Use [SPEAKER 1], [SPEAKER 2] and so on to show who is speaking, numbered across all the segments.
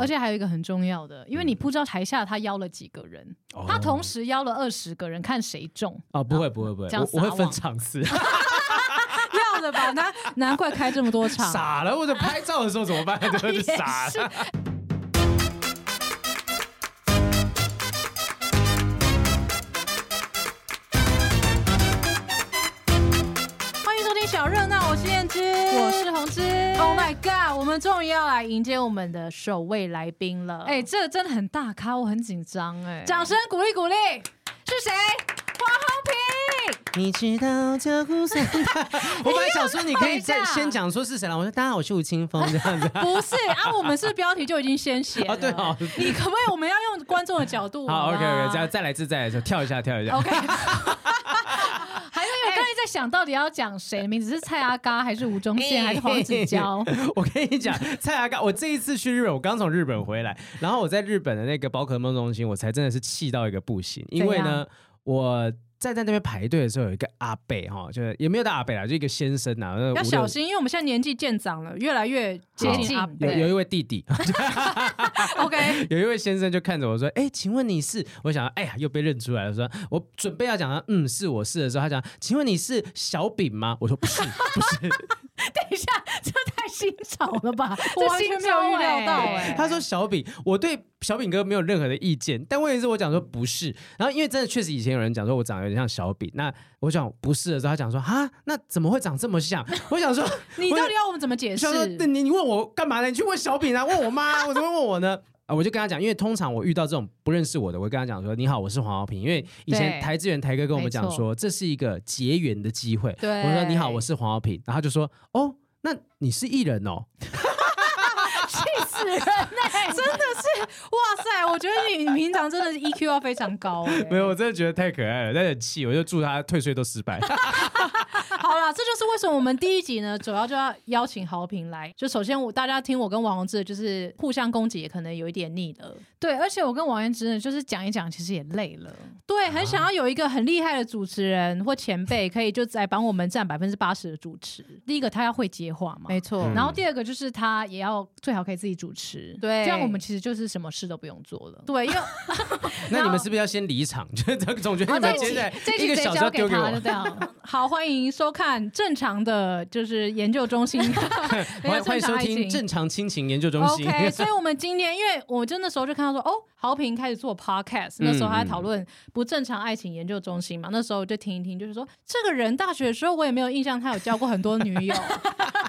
[SPEAKER 1] 而且还有一个很重要的，因为你不知道台下他邀了几个人，
[SPEAKER 2] 嗯哦
[SPEAKER 1] 他同时邀了二十个人，看谁中。
[SPEAKER 2] 啊，不会不会不会，
[SPEAKER 1] 这样
[SPEAKER 2] 我我会
[SPEAKER 1] 撒
[SPEAKER 2] 分
[SPEAKER 1] 网
[SPEAKER 2] 场次。
[SPEAKER 3] 要的吧？难难怪开这么多 场。
[SPEAKER 2] 傻了，或者拍照的时候怎么办？ 就是傻了。
[SPEAKER 3] 欢迎收听小热闹，我是燕之，
[SPEAKER 1] 我是红之，
[SPEAKER 3] Oh my God！我们终于要来迎接我们的首位来宾了。
[SPEAKER 1] 哎、这个真的很大咖，我很紧张哎。
[SPEAKER 3] 掌声鼓励鼓励，是谁？黄宏平。
[SPEAKER 2] 你知道这故事？我本来想说你可以
[SPEAKER 3] 等
[SPEAKER 2] 再
[SPEAKER 3] 一下
[SPEAKER 2] 先讲说是谁了。我说大家好，我是吴青峰这样子
[SPEAKER 3] 哎不是啊，我们是标题就已经先写了。
[SPEAKER 2] 啊，对哦。
[SPEAKER 3] 你可不可以？我们要用观众的 角度。
[SPEAKER 2] 好，OK
[SPEAKER 3] 吧
[SPEAKER 2] OK，再再来一次，再来一次，跳一下，跳一下。
[SPEAKER 3] OK，
[SPEAKER 1] 还是
[SPEAKER 3] 哎
[SPEAKER 1] 因为我刚才在想到底要讲谁的名字，是蔡阿嘎还是吴宗宪还是黄子佼？
[SPEAKER 3] 哎
[SPEAKER 2] 我跟你讲，蔡阿嘎，我这一次去日本，我刚从日本回来，然后我在日本的那个宝可梦中心，我才真的是气到一个不行，因为
[SPEAKER 3] 怎
[SPEAKER 2] 呢，我。站在那边排队的时候，有一个阿贝哈，就是也没有到阿贝啦，就一个先生呐、啊，那
[SPEAKER 3] 要
[SPEAKER 2] 五
[SPEAKER 3] 小
[SPEAKER 2] 六
[SPEAKER 3] 心，因为我们现在年纪渐长了，越来越接近阿
[SPEAKER 2] 有有
[SPEAKER 3] 贝。
[SPEAKER 2] 一位弟弟，
[SPEAKER 3] OK，
[SPEAKER 2] 有一位先生就看着我说：“哎、请问你是？”我想，哎呀，又被认出来了。说，我准备要讲，嗯，是我是的时候，他讲：“请问你是小饼吗？”我说：“不是，不是。
[SPEAKER 1] 等一下，这太新潮了吧？
[SPEAKER 3] 我完全没有预料到
[SPEAKER 1] 哎、
[SPEAKER 3] 哎”
[SPEAKER 2] 他说：“小饼，我对小饼哥没有任何的意见，但问题是我讲说不是。然后因为真的确实以前有人讲说我长得有点像小饼，那我讲不是的时候，他讲说：啊，那怎么会长这么像？我想说，
[SPEAKER 3] 你到底要我们怎么解
[SPEAKER 2] 你
[SPEAKER 3] 释
[SPEAKER 2] 想？说 那你你问我干嘛呢？你去问小饼啊，问我妈，我怎么会问我呢？ 啊，我就跟他讲，因为通常我遇到这种不认识我的，我会跟他讲说：“你好，我是黄浩平。”因为以前
[SPEAKER 1] 对
[SPEAKER 2] 台志远台哥跟我们讲
[SPEAKER 1] 没错
[SPEAKER 2] 说，这是一个结缘的机会。
[SPEAKER 3] 对
[SPEAKER 2] 我说：“你好，我是黄浩平。”然后他就说：“哦，那你是艺人哦。
[SPEAKER 1] 气死人哎、
[SPEAKER 3] 真的是，哇塞！我觉得你平常真的是 EQ 要非常高、哎”
[SPEAKER 2] 没有，我真的觉得太可爱了，但很气，我就祝他退税都失 败。
[SPEAKER 3] 好啦，这就是为什么我们第一集呢，主要就要邀请豪平来。就首先我大家听我跟王宏志就是互相攻击，也可能有一点腻了。
[SPEAKER 1] 对，而且我跟王彦之呢，就是讲一讲，其实也累了。
[SPEAKER 3] 对，很想要有一个很厉害的主持人或前辈，可以就来帮我们占百分之八十的主持。
[SPEAKER 1] 第一个，他要会接话嘛，
[SPEAKER 3] 没错，
[SPEAKER 2] 嗯
[SPEAKER 1] 然后第二个就是他也要最好可以自己主持，
[SPEAKER 3] 对
[SPEAKER 1] 这样我们其实就是什么事都不用做了。
[SPEAKER 3] 对，因为
[SPEAKER 2] 那你们是不是要先离场？ 就是总觉得
[SPEAKER 1] 好
[SPEAKER 2] 你们现在
[SPEAKER 1] 这
[SPEAKER 2] 一
[SPEAKER 1] 哦一
[SPEAKER 2] 个
[SPEAKER 1] 集直
[SPEAKER 2] 小
[SPEAKER 1] 接
[SPEAKER 2] 时
[SPEAKER 1] 交
[SPEAKER 2] 要丢
[SPEAKER 1] 给
[SPEAKER 2] 给我
[SPEAKER 1] 他，就，这 样。
[SPEAKER 3] 好欢迎收看正常的就是研究中心，
[SPEAKER 2] 欢欢迎收
[SPEAKER 3] 爱情
[SPEAKER 2] 听正常亲情研究中心。
[SPEAKER 3] OK，所以我们今天，因为我就那时候就看到说，哦，豪平开始做 podcast，那
[SPEAKER 2] 嗯
[SPEAKER 3] 时候他在讨论不正常爱情研究中心嘛，那时候我就听一听，就是说这个人大学的时候我也没有印象他有交过很多女 友，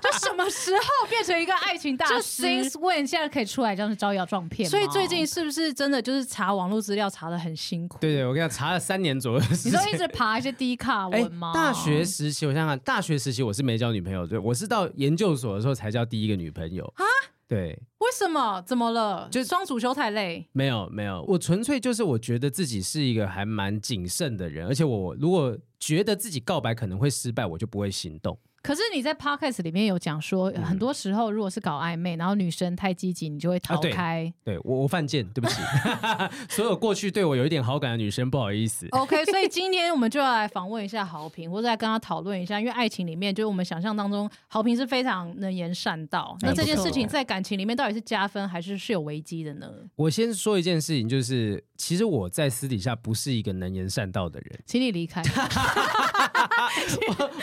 [SPEAKER 3] 就什么时候变成一个爱情大
[SPEAKER 1] 就
[SPEAKER 3] 师
[SPEAKER 1] Since？When 现在可以出来这样子招摇撞骗吗，
[SPEAKER 3] 所以最近是不是真的就是查网络资料查的很辛苦？
[SPEAKER 2] 对对，我跟你讲，查了三年左右的时
[SPEAKER 1] 你
[SPEAKER 2] 间。
[SPEAKER 1] 说一直爬一些低卡
[SPEAKER 2] 哎
[SPEAKER 1] 文吗？
[SPEAKER 2] 大学时期，我想想看，大学时期我是没交女朋友，对，我是到研究所的时候才交第一个女朋友啊。对，
[SPEAKER 3] 为什么？怎么了？
[SPEAKER 2] 就
[SPEAKER 3] 就双主修太累。
[SPEAKER 2] 没有没有，我纯粹就是我觉得自己是一个还蛮谨慎的人，而且我如果觉得自己告白可能会失败，我就不会行动。
[SPEAKER 1] 可是你在 podcast 里面有讲说，
[SPEAKER 2] 嗯
[SPEAKER 1] 很多时候如果是搞暧昧，然后女生太积极，你就会逃
[SPEAKER 2] 啊对
[SPEAKER 1] 开。
[SPEAKER 2] 对我我犯贱，对 不起， 所有过去对我有一点好感的女生，不好意思。
[SPEAKER 3] OK，所以今天我们就要来访问一下豪平，或者来跟他讨论一下，因为爱情里面，就是我们想象当中，豪平是非常能言善道。
[SPEAKER 2] 哎
[SPEAKER 3] 那这件事情
[SPEAKER 2] 不错
[SPEAKER 3] 在感情里面到底是加分还是是有危机 的呢？
[SPEAKER 2] 我先说一件事情，就是其实我在私底下不是一个能言善道的人。
[SPEAKER 1] 请你离 开。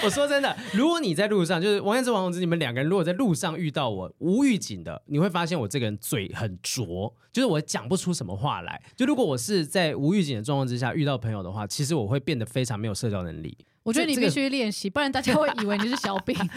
[SPEAKER 2] 我说真的，如果你在路上，就是王彦之、王宏之，你们两个人如果在路上遇到我无预警的，你会发现我这个人嘴很拙，就是我讲不出什么话来。就如果我是在无预警的状况之下遇到朋友的话，其实我会变得非常没有社交能力。
[SPEAKER 1] 我觉得你
[SPEAKER 2] 这这
[SPEAKER 1] 必
[SPEAKER 2] 个
[SPEAKER 1] 须练习，不然大家会以为你是小 饼。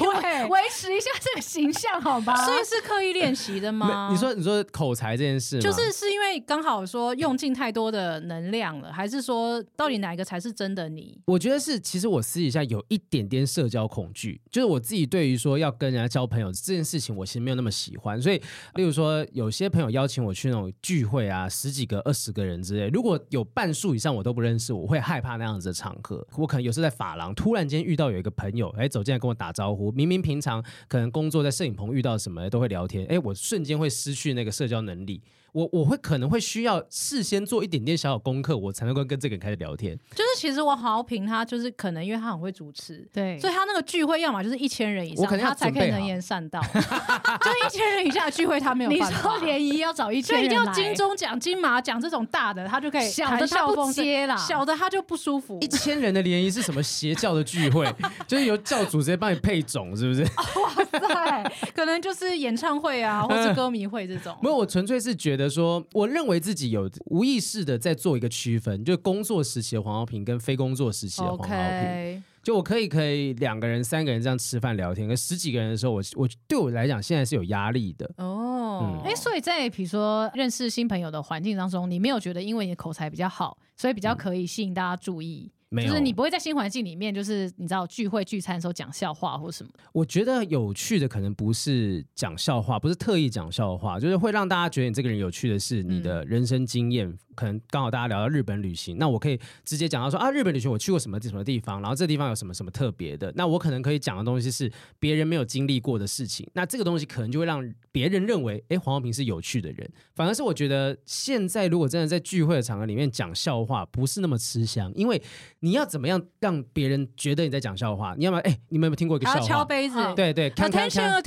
[SPEAKER 3] 会
[SPEAKER 1] 维持一下这个形象好吧？
[SPEAKER 3] 所以是刻意练习的吗？
[SPEAKER 2] 啊你说，你说口才这件事吗，
[SPEAKER 3] 就是是因为刚好说用尽太多的能量了，还是说到底哪一个才是真的你？
[SPEAKER 2] 我觉得是，其实我私底下有一点点社交恐惧，就是我自己对于说要跟人家交朋友这件事情，我其实没有那么喜欢。所以，例如说有些朋友邀请我去那种聚会啊，十几个、二十个人之类，如果有半数以上我都不认识，我会害怕那样子的场合。我可能有时在发廊突然间遇到有一个朋友，哎，走进来跟我打招呼。明明平常可能工作在摄影棚遇到什么都会聊天，哎，我瞬间会失去那个社交能力。我我会可能会需要事先做一点点小小功课，我才能够跟这个人开始聊天。
[SPEAKER 3] 就是其实我好评他，就是可能因为他很会主持，
[SPEAKER 1] 对，
[SPEAKER 3] 所以他那个聚会要么就是一千人以上
[SPEAKER 2] 我可，能要
[SPEAKER 3] 他才可
[SPEAKER 2] 准
[SPEAKER 3] 以
[SPEAKER 2] 备好
[SPEAKER 3] 能言善道。 就一千人以下的聚会，他没 有
[SPEAKER 1] 你
[SPEAKER 3] 办
[SPEAKER 1] 说
[SPEAKER 3] 法。
[SPEAKER 1] 联谊要找一
[SPEAKER 3] 就
[SPEAKER 1] 千
[SPEAKER 3] 一
[SPEAKER 1] 人
[SPEAKER 3] 定要
[SPEAKER 1] 来
[SPEAKER 3] 金钟奖、金马奖这种大的，他就可以
[SPEAKER 1] 小
[SPEAKER 3] 谈
[SPEAKER 1] 的他
[SPEAKER 3] 笑
[SPEAKER 1] 不
[SPEAKER 3] 风生
[SPEAKER 1] 接啦，
[SPEAKER 3] 小的他就不舒服
[SPEAKER 2] 一。千人的联谊是什么邪教的聚会？就是由教主直接帮你配种，是不 是？
[SPEAKER 3] 对，可能就是演唱会 啊，或是歌迷会这 种。
[SPEAKER 2] 没有，我纯粹是觉得说，我认为自己有无意识的在做一个区分，就是工作时期的黄浩平跟非工作时期的黄浩平。
[SPEAKER 3] OK，
[SPEAKER 2] 就我可以可以两个人、三个人这样吃饭聊天，可十几个人的时候，我我对我来讲现在是有压力的。
[SPEAKER 3] 哦，
[SPEAKER 1] 哎、所以在比如说认识新朋友的环境当中，你没有觉得因为你的口才比较好，所以比较可以吸引大家注意，
[SPEAKER 2] 嗯没有，
[SPEAKER 1] 就是你不会在新环境里面，就是你知道聚会聚餐的时候讲笑话或什么的。
[SPEAKER 2] 我觉得有趣的可能不是讲笑话，不是特意讲笑话，就是会让大家觉得你这个人有趣的是你
[SPEAKER 3] 嗯
[SPEAKER 2] 的人生经验。可能刚好大家聊到日本旅行，那我可以直接讲到说啊，日本旅行我去过什么什么地方，然后这地方有什么什么特别的。那我可能可以讲的东西是别人没有经历过的事情，那这个东西可能就会让别人认为，哎，黄浩平是有趣的人。反而是我觉得现在如果真的在聚会的场合里面讲笑话，不是那么吃香，因为你要怎么样让别人觉得你在讲笑话？你要么哎，你们有没有听过一个
[SPEAKER 3] 还
[SPEAKER 2] 笑
[SPEAKER 3] 要敲
[SPEAKER 2] 话？
[SPEAKER 3] 杯子
[SPEAKER 1] 嗯
[SPEAKER 2] 对对，看看看，
[SPEAKER 3] 哦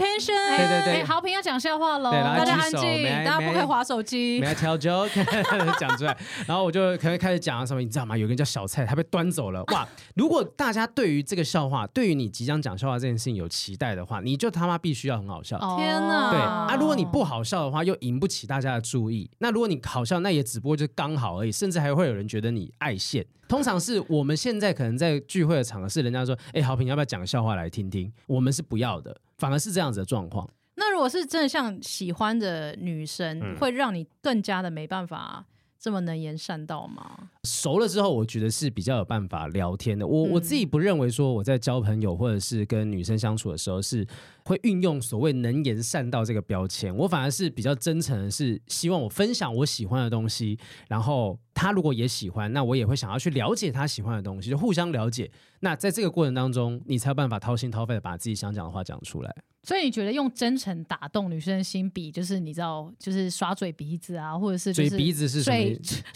[SPEAKER 2] 对
[SPEAKER 3] ，Attention，Attention，
[SPEAKER 2] 对对
[SPEAKER 1] 哎好评要讲笑话喽，
[SPEAKER 2] 对来
[SPEAKER 1] 大
[SPEAKER 3] 大
[SPEAKER 1] 家
[SPEAKER 3] 家
[SPEAKER 2] 举手
[SPEAKER 3] 安静，
[SPEAKER 2] 没
[SPEAKER 3] 大家不可以
[SPEAKER 2] 没
[SPEAKER 3] 划手机
[SPEAKER 2] 没。tell joke 讲出来，然后我就可能开始讲什么，你知道吗？有个人叫小蔡，他被端走了。哇！如果大家对于这个笑话，对于你即将讲笑话这件事情有期待的话，你就他妈必须要很好笑。
[SPEAKER 1] 哦
[SPEAKER 3] 天哪
[SPEAKER 2] 对
[SPEAKER 3] 哦
[SPEAKER 2] 啊，如果你不好笑的话，又引不起大家的注意。那如果你好笑，那也只不过就是刚好而已，甚至还会有人觉得你爱现。通常是我们现在可能在聚会的场合是人家说，哎，好评要不要讲个笑话来听听？我们是不要的，反而是这样子的状况。
[SPEAKER 3] 那如果是真的像喜欢的女生，会让你更加的没办法这么能言善道吗？
[SPEAKER 2] 熟了之后，我觉得是比较有办法聊天的。我、
[SPEAKER 3] 嗯
[SPEAKER 2] 我自己不认为说我在交朋友或者是跟女生相处的时候是会运用所谓能言善道这个标签，我反而是比较真诚的是希望我分享我喜欢的东西，然后她如果也喜欢，那我也会想要去了解她喜欢的东西，就互相了解。那在这个过程当中，你才有办法掏心掏肺的把自己想讲的话讲出来。
[SPEAKER 1] 所以你觉得用真诚打动女生的心，比就是你知道，就是耍嘴鼻子啊，或者是就
[SPEAKER 2] 嘴
[SPEAKER 1] 是
[SPEAKER 2] 鼻子是什么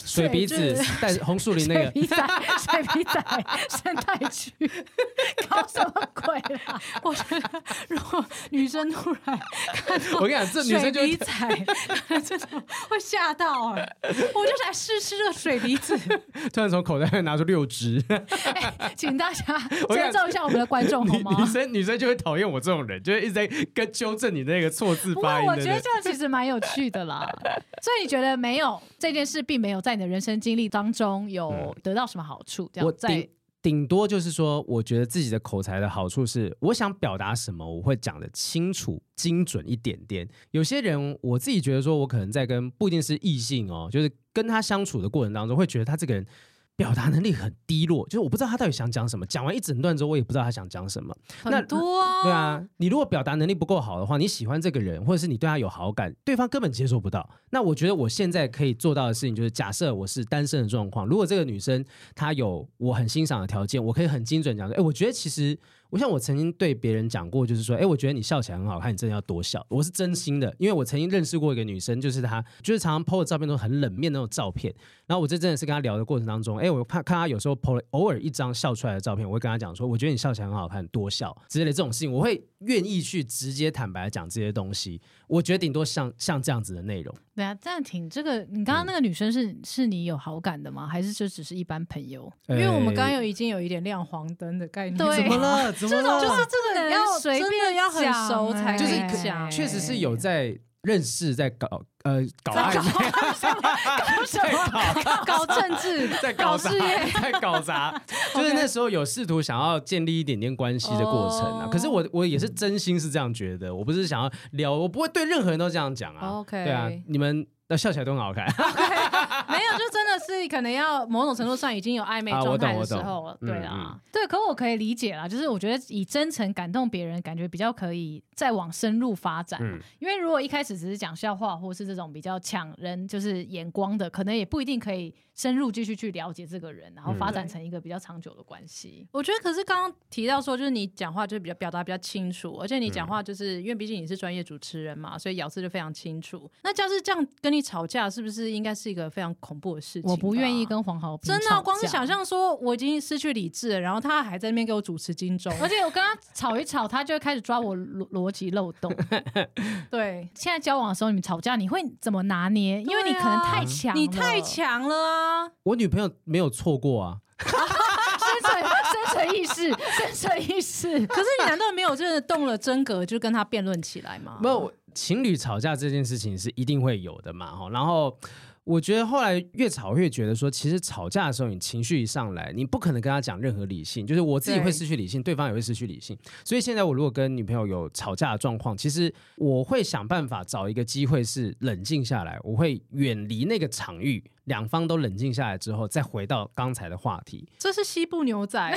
[SPEAKER 1] 水？
[SPEAKER 2] 水鼻子
[SPEAKER 1] 就是，
[SPEAKER 2] 但红树林那
[SPEAKER 1] 水
[SPEAKER 2] 个。
[SPEAKER 1] 皮仔、 水皮仔、生态区， 搞什么鬼啦？
[SPEAKER 3] 我觉得如果 女生突然看
[SPEAKER 2] 我
[SPEAKER 3] 到
[SPEAKER 2] 跟你讲，这女
[SPEAKER 3] 水
[SPEAKER 2] 生就
[SPEAKER 3] 鼻仔，这种会吓到哎、我就想试试这水鼻子，
[SPEAKER 2] 突然从口袋拿出六支。
[SPEAKER 1] 请大家
[SPEAKER 2] 我
[SPEAKER 1] 尊
[SPEAKER 2] 想
[SPEAKER 1] 重一下我们的观 众好
[SPEAKER 2] 女女
[SPEAKER 1] 吗？
[SPEAKER 2] 生女生就会讨厌我这种人，就是一直在跟纠正你那个错字
[SPEAKER 1] 不过
[SPEAKER 2] 发音
[SPEAKER 1] 我
[SPEAKER 2] 的
[SPEAKER 1] 觉
[SPEAKER 2] 人
[SPEAKER 1] 得。这样其实蛮有趣的 啦。所以你觉得没有这件事，并没有在你的人生经历当中有得到什么好处？这样
[SPEAKER 2] 嗯我
[SPEAKER 1] 在
[SPEAKER 2] 顶顶多就是说，我觉得自己的口才的好处是，我想表达什么，我会讲的清楚、精准一点点。有些人我自己觉得说，我可能在跟不一定是异性哦，就是跟他相处的过程当中，会觉得他这个人。表达能力很低落，就是我不知道他到底想讲什么。讲完一整段之后，我也不知道他想讲什么。那
[SPEAKER 3] 很多啊
[SPEAKER 2] 对啊，你如果表达能力不够好的话，你喜欢这个人，或者是你对他有好感，对方根本接受不到。那我觉得我现在可以做到的事情就是，假设我是单身的状况，如果这个女生她有我很欣赏的条件，我可以很精准地讲说，哎，我觉得其实。我像我曾经对别人讲过，就是说，哎，我觉得你笑起来很好看，你真的要多笑。我是真心的，因为我曾经认识过一个女生，就是她，就是常常 PO 的照片都很冷面那种照片。然后我就真的是跟她聊的过程当中，哎，我看看她有时候 PO 了偶尔一张笑出来的照片，我会跟她讲说，我觉得你笑起来很好看，多笑之类的这种事情，我会愿意去直接坦白地讲这些东西。我觉得顶多像像这样子的内容，
[SPEAKER 1] 对啊，暂停。这个你刚刚那个女生是是你有好感的吗？还是就只是一般朋友？
[SPEAKER 3] 因为我们刚刚
[SPEAKER 2] 哎
[SPEAKER 3] 有已经有一点亮黄灯的概念，
[SPEAKER 1] 对
[SPEAKER 2] 怎么了？怎么
[SPEAKER 3] 这种
[SPEAKER 2] 了？
[SPEAKER 3] 啊就是这个要
[SPEAKER 1] 随便
[SPEAKER 3] 真的要很
[SPEAKER 1] 讲
[SPEAKER 3] 熟才
[SPEAKER 1] 哎
[SPEAKER 2] 就是
[SPEAKER 3] 能
[SPEAKER 2] 可
[SPEAKER 3] 讲，
[SPEAKER 2] 确实 是有在认识，在搞呃搞暧昧。在搞
[SPEAKER 3] 搞政治
[SPEAKER 2] ，在搞
[SPEAKER 3] 搞
[SPEAKER 2] 啥
[SPEAKER 3] 事业，
[SPEAKER 2] 在搞 砸，就是那时候有试图想要建立一点点关系的过程啊。
[SPEAKER 3] 哦
[SPEAKER 2] 可是我我也是真心是这样觉得，我不是想要撩，我不会对任何人都这样讲啊。
[SPEAKER 3] 哦 OK
[SPEAKER 2] 对啊，你们那笑起来都很好看。
[SPEAKER 3] 没有，就真的是可能要某种程度上已经有暧昧
[SPEAKER 2] 啊
[SPEAKER 3] 状
[SPEAKER 2] 我懂
[SPEAKER 3] 态
[SPEAKER 2] 我
[SPEAKER 3] 的时
[SPEAKER 2] 懂
[SPEAKER 3] 候了，对
[SPEAKER 2] 嗯
[SPEAKER 3] 啊
[SPEAKER 2] 嗯，
[SPEAKER 1] 对，可我可以理解啦，就是我觉得以真诚感动别人，感觉比较可以再往深入发展。
[SPEAKER 2] 嗯
[SPEAKER 1] 因为如果一开始只是讲笑话，或是这种比较抢人就是眼光的，可能也不一定可以深入继续去了解这个人，然后发展成一个比较长久的关系。
[SPEAKER 3] 我觉得，可是刚刚提到说，就是你讲话就是比较表达比较清楚，而且你讲
[SPEAKER 2] 嗯
[SPEAKER 3] 话就是、因为毕竟你是专业主持人嘛，所以咬字就非常清楚。那要是这样跟你吵架，是不是应该是一个非常恐怖的事情？
[SPEAKER 1] 我不愿意。跟黄豪平
[SPEAKER 3] 真的啊、
[SPEAKER 1] 吵
[SPEAKER 3] 光是
[SPEAKER 1] 架
[SPEAKER 3] 想，象说我已经失去理智了，然后他还在那边给我主持 荆州，
[SPEAKER 1] 而且我跟他吵一吵，他就会开始抓我逻逻辑漏洞。
[SPEAKER 3] 对，
[SPEAKER 1] 现在交往的时候，你们吵架，你会怎么拿捏？因为你可能太强、
[SPEAKER 3] 你太，强了啊！
[SPEAKER 2] 我女朋友没有错过啊，
[SPEAKER 1] 生存生存意识，生存意 识。
[SPEAKER 3] 可是你难道没有真的动了真格就跟他辩论起来吗？
[SPEAKER 2] 没有情侣吵架这件事情是一定会有的嘛，哈。然后我觉得后来越吵越觉得说，其实吵架的时候，你情绪一上来，你不可能跟他讲任何理性，就是我自己
[SPEAKER 3] 对
[SPEAKER 2] 会失去理性，对方也会失去理性。所以现在我如果跟女朋友有吵架的状况，其实我会想办法找一个机会是冷静下来，我会远离那个场域，两方都冷静下来之后，再回到刚才的话题。
[SPEAKER 3] 这是西部牛仔，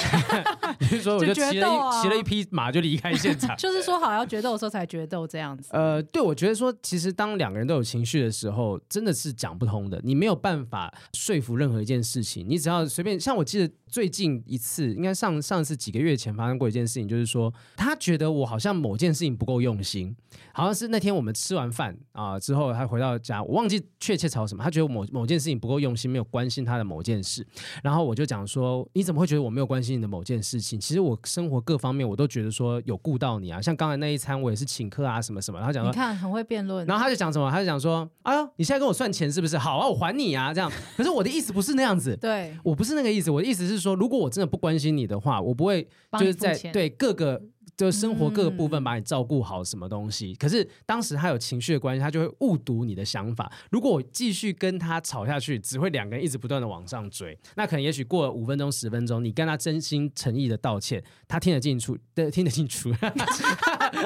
[SPEAKER 2] 所以说，我就
[SPEAKER 3] 就决
[SPEAKER 2] 骑了一、
[SPEAKER 3] 斗啊
[SPEAKER 2] 骑了一匹马就离开现场。
[SPEAKER 3] 就是说好要决斗的时候才决斗这样 子。
[SPEAKER 2] 呃，对，我觉得说，其实当两个人都有情绪的时候，真的是讲不通的。你没有办法说服任何一件事情，你只要随便，像我记得最近一次，应该上上次几个月前发生过一件事情，就是说他觉得我好像某件事情不够用心，好像是那天我们吃完饭啊、之后，他回到家，我忘记确切吵什么，他觉得我某某件事情不够用心，没有关心他的某件事，然后我就讲说，你怎么会觉得我没有关心你的某件事情？其实我生活各方面我都觉得说有顾到你啊，像刚才那一餐我也是请客啊什么什么，然后讲
[SPEAKER 3] 你
[SPEAKER 2] 说。
[SPEAKER 3] 看很会辩论，
[SPEAKER 2] 然后他就讲什么？他就讲说：“哎呦，你现在跟我算钱是不是？好啊，我还你啊，这样。可是我的意思不是那样子，
[SPEAKER 3] 对，
[SPEAKER 2] 我不是那个意思。我的意思是说，如果我真的不关心你的话，我不会
[SPEAKER 1] 帮
[SPEAKER 2] 就
[SPEAKER 1] 你
[SPEAKER 2] 是
[SPEAKER 1] 付
[SPEAKER 2] 在
[SPEAKER 1] 钱 嗯
[SPEAKER 2] 对各个就是生活各个部分把你照顾好什么东西。可是当时他有情绪的关系，他就会误读你的想法。如果我继续跟他吵下去，只会两个人一直不断的往上追。那可能也许过了五分钟、十分钟，你跟他真心诚意的道歉，他听得进去，对，听得进去。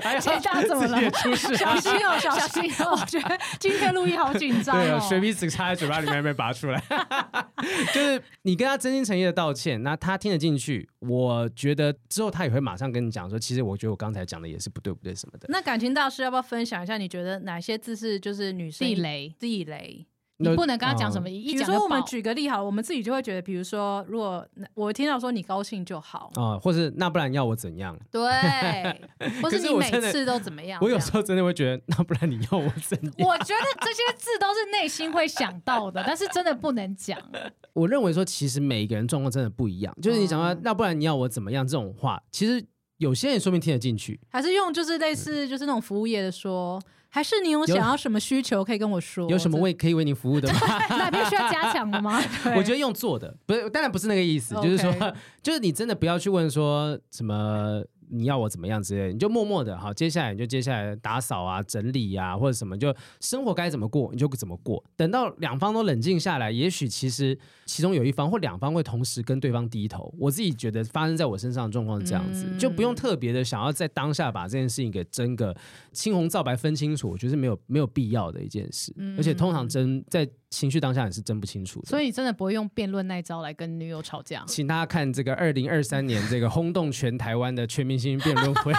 [SPEAKER 2] 哎呀，
[SPEAKER 1] 现在怎 么了
[SPEAKER 2] 自己也出事
[SPEAKER 1] 小心哦，小心哦！我觉得今天录音好紧张
[SPEAKER 2] 对啊，
[SPEAKER 1] 哦。
[SPEAKER 2] 水笔纸插在嘴巴里面还没拔出来， 就是你跟他真心诚意的道歉，那他听得进去，我觉得之后他也会马上跟你讲说，其实我觉得我刚才讲的也是不对不对什么的。
[SPEAKER 3] 那感情大师要不要分享一下？你觉得哪些字是就是女生
[SPEAKER 1] 地？雷，
[SPEAKER 3] 地雷。
[SPEAKER 1] 你
[SPEAKER 2] 那
[SPEAKER 1] 不能跟他讲什
[SPEAKER 2] 嗯
[SPEAKER 1] 么，一
[SPEAKER 3] 比
[SPEAKER 1] 讲
[SPEAKER 3] 如
[SPEAKER 1] 就
[SPEAKER 3] 说，我们
[SPEAKER 1] 爆
[SPEAKER 3] 举个例好了，我们自己就会觉得，比如说，如果我听到说你高兴就好，
[SPEAKER 2] 啊、或是那不然要我怎样？
[SPEAKER 3] 对， 或
[SPEAKER 2] 可
[SPEAKER 3] 是
[SPEAKER 2] 是
[SPEAKER 3] 你
[SPEAKER 2] 我
[SPEAKER 3] 每
[SPEAKER 2] 真的
[SPEAKER 3] 次都怎么样？
[SPEAKER 2] 我有
[SPEAKER 3] 这样
[SPEAKER 2] 时候真的会觉得，那不然你要我怎样？
[SPEAKER 1] 我觉得这些字都是内心会想到的，但是真的不能 讲。
[SPEAKER 2] 我认为说，其实每一个人状况真的不一样。就是你讲到
[SPEAKER 3] 嗯
[SPEAKER 2] 那不然你要我怎么样这种话，其实有些人说不定听得进去，
[SPEAKER 3] 还是用就是类
[SPEAKER 2] 嗯
[SPEAKER 3] 似就是那种服务业的说，还是你有想要什么需求可以跟我说？
[SPEAKER 2] 有什么为可以为你服务的吗？
[SPEAKER 1] 那边需要加强了 吗？
[SPEAKER 2] 我觉得用做的不是，当然不是那个意思，就是说
[SPEAKER 3] OK，
[SPEAKER 2] 就是你真的不要去问说什么你要我怎么样之类的，你就默默的好，接下来你就接下来打扫啊、整理啊或者什么，就生活该怎么过你就怎么过。等到两方都冷静下来，也许其实其中有一方或两方会同时跟对方低头。我自己觉得发生在我身上的状况是这样子，就不用特别的想要在当下把这件事情给争个青红皂白分清楚，我觉得是没有没有必要的一件事，而且通常争在情绪当下也是争不清楚的。
[SPEAKER 1] 所以你真的不会用辩论那一招来跟女友吵架。
[SPEAKER 2] 请大家看这个二零二三年这个轰动全台湾的全明星辩论 会，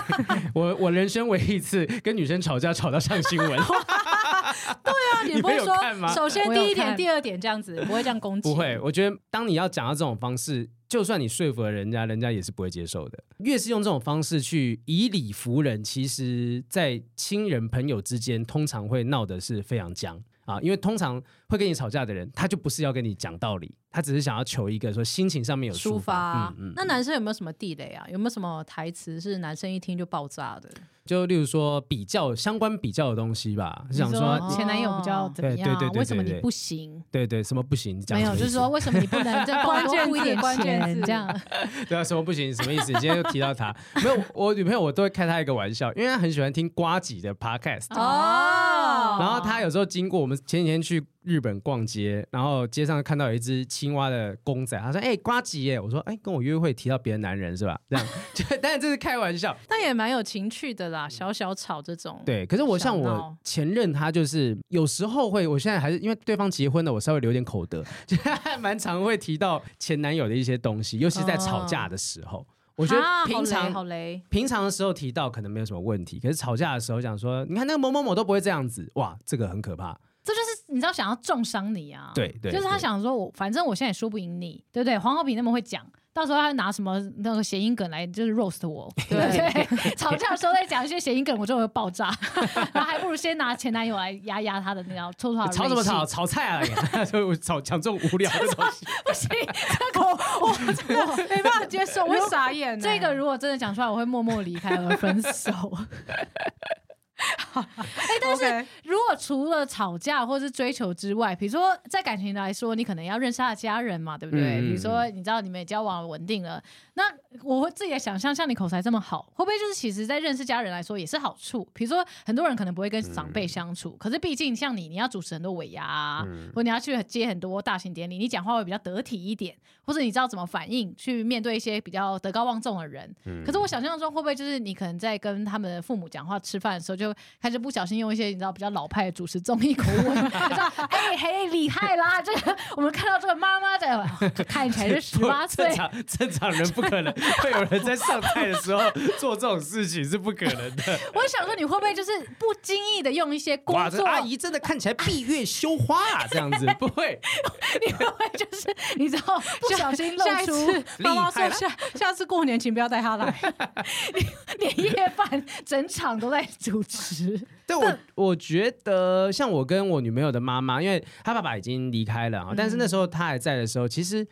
[SPEAKER 2] 我我人生唯一一次跟女生吵架吵到上新 闻，
[SPEAKER 3] 那你不 会
[SPEAKER 2] 你们有看吗
[SPEAKER 3] 说，首先
[SPEAKER 1] 我有
[SPEAKER 3] 第一点、
[SPEAKER 1] 看
[SPEAKER 3] 第二点这样子，不会这样攻击，
[SPEAKER 2] 不会。我觉得当你要讲到这种方式，就算你说服了人家，人家也是不会接受的。越是用这种方式去以理服人，其实在亲人朋友之间，通常会闹得是非常僵。啊，因为通常会跟你吵架的人，他就不是要跟你讲道理，他只是想要求一个说心情上面有
[SPEAKER 3] 抒
[SPEAKER 2] 抒发。嗯
[SPEAKER 3] 发。那男生有没有什么地雷啊？有没有什么台词是男生一听就爆炸的？
[SPEAKER 2] 就例如说比较相关比较的东西吧，想说
[SPEAKER 1] 你
[SPEAKER 2] 你
[SPEAKER 1] 前男友比较怎么样
[SPEAKER 2] 对对对对
[SPEAKER 1] 啊？
[SPEAKER 2] 对
[SPEAKER 1] 为什么你不行？
[SPEAKER 2] 对对，什么不行？讲
[SPEAKER 1] 没有，
[SPEAKER 2] 什么
[SPEAKER 1] 就
[SPEAKER 2] 意
[SPEAKER 1] 是
[SPEAKER 2] 思
[SPEAKER 1] 说为什么你不能再帮我多付一点
[SPEAKER 3] 关键字关键
[SPEAKER 1] 钱
[SPEAKER 3] 字
[SPEAKER 1] 这样？
[SPEAKER 2] 对啊，什么不行？什么意思？你今天又提到 他，没有，我女朋友我都会开她一个玩笑，因为她很喜欢听瓜姐的 podcast。
[SPEAKER 1] 哦
[SPEAKER 3] 哦
[SPEAKER 2] 然后他有时候经过我们前几天去日本逛街，然后街上看到有一只青蛙的公仔，他说：“哎、瓜吉耶！”我说：“哎、跟我约会提到别的男人是吧？”这样， 就但是这是开玩笑。
[SPEAKER 3] 但也蛮有情趣的啦，小小吵这种。，
[SPEAKER 2] 对，可是我像
[SPEAKER 3] 想
[SPEAKER 2] 我
[SPEAKER 3] 闹
[SPEAKER 2] 前任，他就是有时候会，我现在还是因为对方结婚了，我稍微留点口德，就 还蛮常会提到前男友的一些东西，尤其在吵架的时候。我觉得平常
[SPEAKER 3] 哦啊好雷，
[SPEAKER 2] 平常的时候提到可能没有什么问题，可是吵架的时候讲说，你看那个某某某都不会这样子，哇，这个很可怕。
[SPEAKER 1] 这就是你知道想要重伤你啊，
[SPEAKER 2] 对对
[SPEAKER 1] 就是他
[SPEAKER 2] 对
[SPEAKER 1] 想说我反正我现在也输不赢你，对不对？黄浩平那么会讲，到时候他拿什么那个谐音梗来就是 roast 我，对不对？ 吵架的时候再讲一些谐音梗，我就会爆炸， 那还不如先拿前男友来压压他的那条抽出
[SPEAKER 3] 啊
[SPEAKER 1] 他的
[SPEAKER 2] 吵什么
[SPEAKER 1] 锐气
[SPEAKER 2] 吵？炒菜啊！ 就吵讲这种无聊的东 西。
[SPEAKER 1] 不行， 这个我我真的没办法接受，
[SPEAKER 3] 我
[SPEAKER 1] 我
[SPEAKER 3] 会
[SPEAKER 1] 会傻。
[SPEAKER 3] 傻眼欸。
[SPEAKER 1] 这个如果 真的讲出来，我会默默离开而分手。 哎
[SPEAKER 3] 但是
[SPEAKER 1] 如果除了吵架或是追求之外，比如说在感情来说，你可能要认识他的家人嘛，对不对？
[SPEAKER 2] 嗯嗯嗯
[SPEAKER 1] 比如说你知道你们也交往稳定了，那我会自己的想象，像你口才这么好，会不会就是其实在认识家人来说也是好处？比如说很多人可能不会跟长辈相处，
[SPEAKER 2] 嗯
[SPEAKER 1] 可是毕竟像你，你要主持很多尾牙、啊，或你要去接很多大型典礼，你讲话会比较得体一点，或者你知道怎么反应去面对一些比较德高望重的人。
[SPEAKER 2] 嗯
[SPEAKER 1] 可是我想象中会不会就是你可能在跟他们的父母讲话、吃饭的时候，就开始不小心用一些你知道比较老派的主持综艺口吻， 就 说哎嘿厉害啦，这个我们看到这个妈妈在哦看起来是十 八岁
[SPEAKER 2] 正。常正常人不可能会有人在上菜的时候做这种事情是不可能的。
[SPEAKER 1] 我想说，你会不会就是不经意的用一些工
[SPEAKER 2] 哇，这
[SPEAKER 1] 作，
[SPEAKER 2] 阿姨真的看起来闭月羞花啊，这样 子不会。
[SPEAKER 1] 你会不会 就是你知道不小心露
[SPEAKER 3] 下一
[SPEAKER 1] 出
[SPEAKER 3] 次妈妈
[SPEAKER 2] 厉害
[SPEAKER 3] 说
[SPEAKER 2] 了
[SPEAKER 3] 下下次过年请不要带他来。
[SPEAKER 1] 年夜饭，整场都在主持。
[SPEAKER 2] 但我我觉得，像我跟我女朋友的妈妈，因为她爸爸已经离开了啊，
[SPEAKER 1] 嗯
[SPEAKER 2] 但是那时候她还在的时候，其实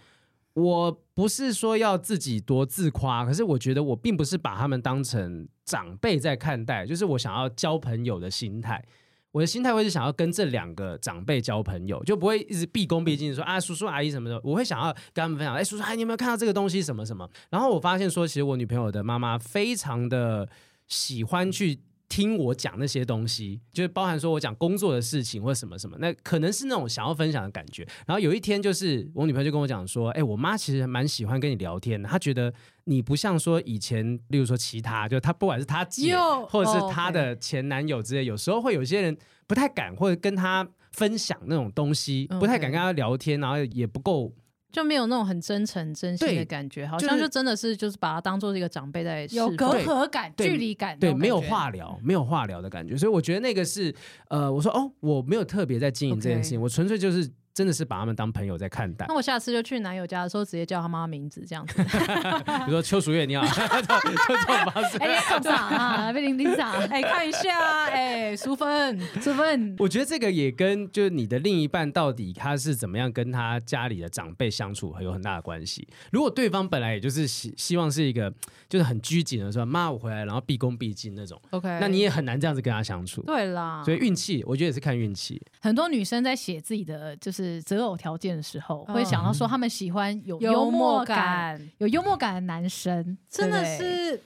[SPEAKER 2] 我不是说要自己多自夸，可是我觉得我并不是把他们当成长辈在看待，就是我想要交朋友的心态。我的心态会是想要跟这两个长辈交朋友，就不会一直毕恭毕敬地说啊叔叔阿姨什么的。我会想要跟他们分享，哎、叔叔阿姨你有没有看到这个东西什么什么？然后我发现说，其实我女朋友的妈妈非常的喜欢去听我讲那些东西，就是包含说我讲工作的事情或什么什么，那可能是那种想要分享的感觉。然后有一天，就是我女朋友就跟我讲说：“哎、我妈其实蛮喜欢跟你聊天的，她觉得你不像说以前，例如说其他，就她不管是她姐啊
[SPEAKER 3] 哟
[SPEAKER 2] 或者是
[SPEAKER 3] 哦
[SPEAKER 2] 她的前男友之类，有时候会有些人不太敢，或者跟她分享那种东西，不太敢跟
[SPEAKER 3] OK
[SPEAKER 2] 她聊天，然后也不够
[SPEAKER 3] 就没有那种很真诚、真心
[SPEAKER 2] 对
[SPEAKER 3] 的感觉，好
[SPEAKER 2] 就是
[SPEAKER 3] 像就真的是就是把他当做一个长辈在
[SPEAKER 1] 有
[SPEAKER 3] 侍
[SPEAKER 1] 隔
[SPEAKER 2] 对
[SPEAKER 3] 奉
[SPEAKER 1] 阂感、
[SPEAKER 2] 对
[SPEAKER 1] 距离感，
[SPEAKER 2] 对，没有话聊，没有话聊的感觉。所以我觉得那个是，呃，我说哦，我没有特别在经营这件事情我纯粹就是真的是把他们当朋友在看待
[SPEAKER 3] 那。我下次就去男友家的时候，直接叫他妈名字这样 子。
[SPEAKER 2] 比如说邱淑月你好， 就这种方式。
[SPEAKER 1] 哎，你上上啊，被 林林上，
[SPEAKER 3] 哎，看一下，哎，淑芬，
[SPEAKER 1] 这份
[SPEAKER 2] 我觉得这个也跟就是你的另一半到底他是怎么样跟他家里的长辈相处有很大的关系。如果对方本来也就是希希望是一个就是很拘谨的说妈我回来，然后毕恭毕敬那种，
[SPEAKER 3] OK，
[SPEAKER 2] 那你也很难这样子跟他相处。
[SPEAKER 3] 对啊啦，
[SPEAKER 2] 所以运气，我觉得也是看运气。
[SPEAKER 1] 很多女生在写自己的就是择偶条件的时候，会想
[SPEAKER 2] 嗯
[SPEAKER 1] 到说她们喜欢有幽
[SPEAKER 3] 幽
[SPEAKER 1] 默
[SPEAKER 3] 默
[SPEAKER 1] 感、
[SPEAKER 3] 感
[SPEAKER 1] 有幽默感的男生，
[SPEAKER 3] 真的
[SPEAKER 1] 对不对
[SPEAKER 3] 是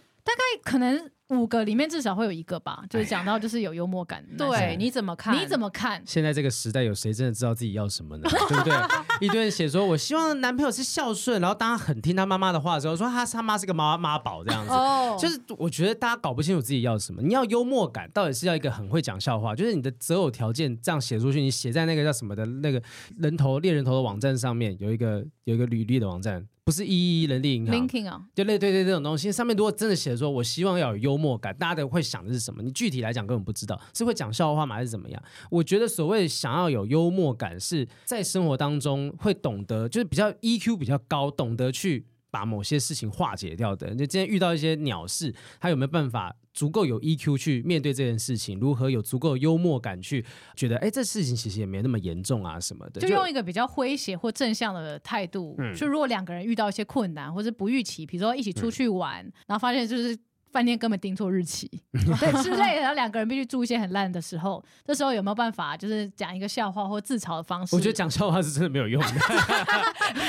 [SPEAKER 1] 可能五个里面至少会有一个吧，就是讲到就是有幽默感的男生。
[SPEAKER 3] 哎对，你怎么看？
[SPEAKER 1] 你怎
[SPEAKER 3] 么？
[SPEAKER 1] 么看？
[SPEAKER 2] 现在这个时代，有谁真的知道自己要什么呢？对不对？一堆人写说，我希望男朋友是孝顺，然后当他很听他妈妈的话的时候，说他他妈是个妈妈宝这样子。
[SPEAKER 3] 哦，
[SPEAKER 2] 就是我觉得大家搞不清楚自己要什么，你要幽默感，到底是要一个很会讲笑话，就是你的择偶条件这样写出去，你写在那个叫什么的那个人头猎人头的网站上面，有一个有一个履历的网站，不是一一人力银行
[SPEAKER 1] linking 啊，
[SPEAKER 2] 就类对对这种东西，上面如果真的写说我希望要有幽默感，大家的会想的是什么？你具体来讲根本不知道，是会讲笑话吗，还是怎么样？我觉得所谓想要有幽默感，是在生活当中会懂得，就是比较 EQ 比较高，懂得去把某些事情化解掉的人。就今天遇到一些鸟事，他有没有办法足够有 EQ 去面对这件事情？如何有足够幽默感去觉得，哎，这事情其实也没那么严重啊什么的？
[SPEAKER 1] 就用一个比较诙谐或正向的态
[SPEAKER 2] 嗯
[SPEAKER 1] 度，就如果两个人遇到一些困难或者不预期，比如说一起出去玩，然后发现就是。饭店根本订错日 期，对之类的，然后两个人必须住一些很烂的时候，这时候有没有办法就是讲一个笑话或自嘲的方式？
[SPEAKER 2] 我觉得讲笑话是真的没有 用的。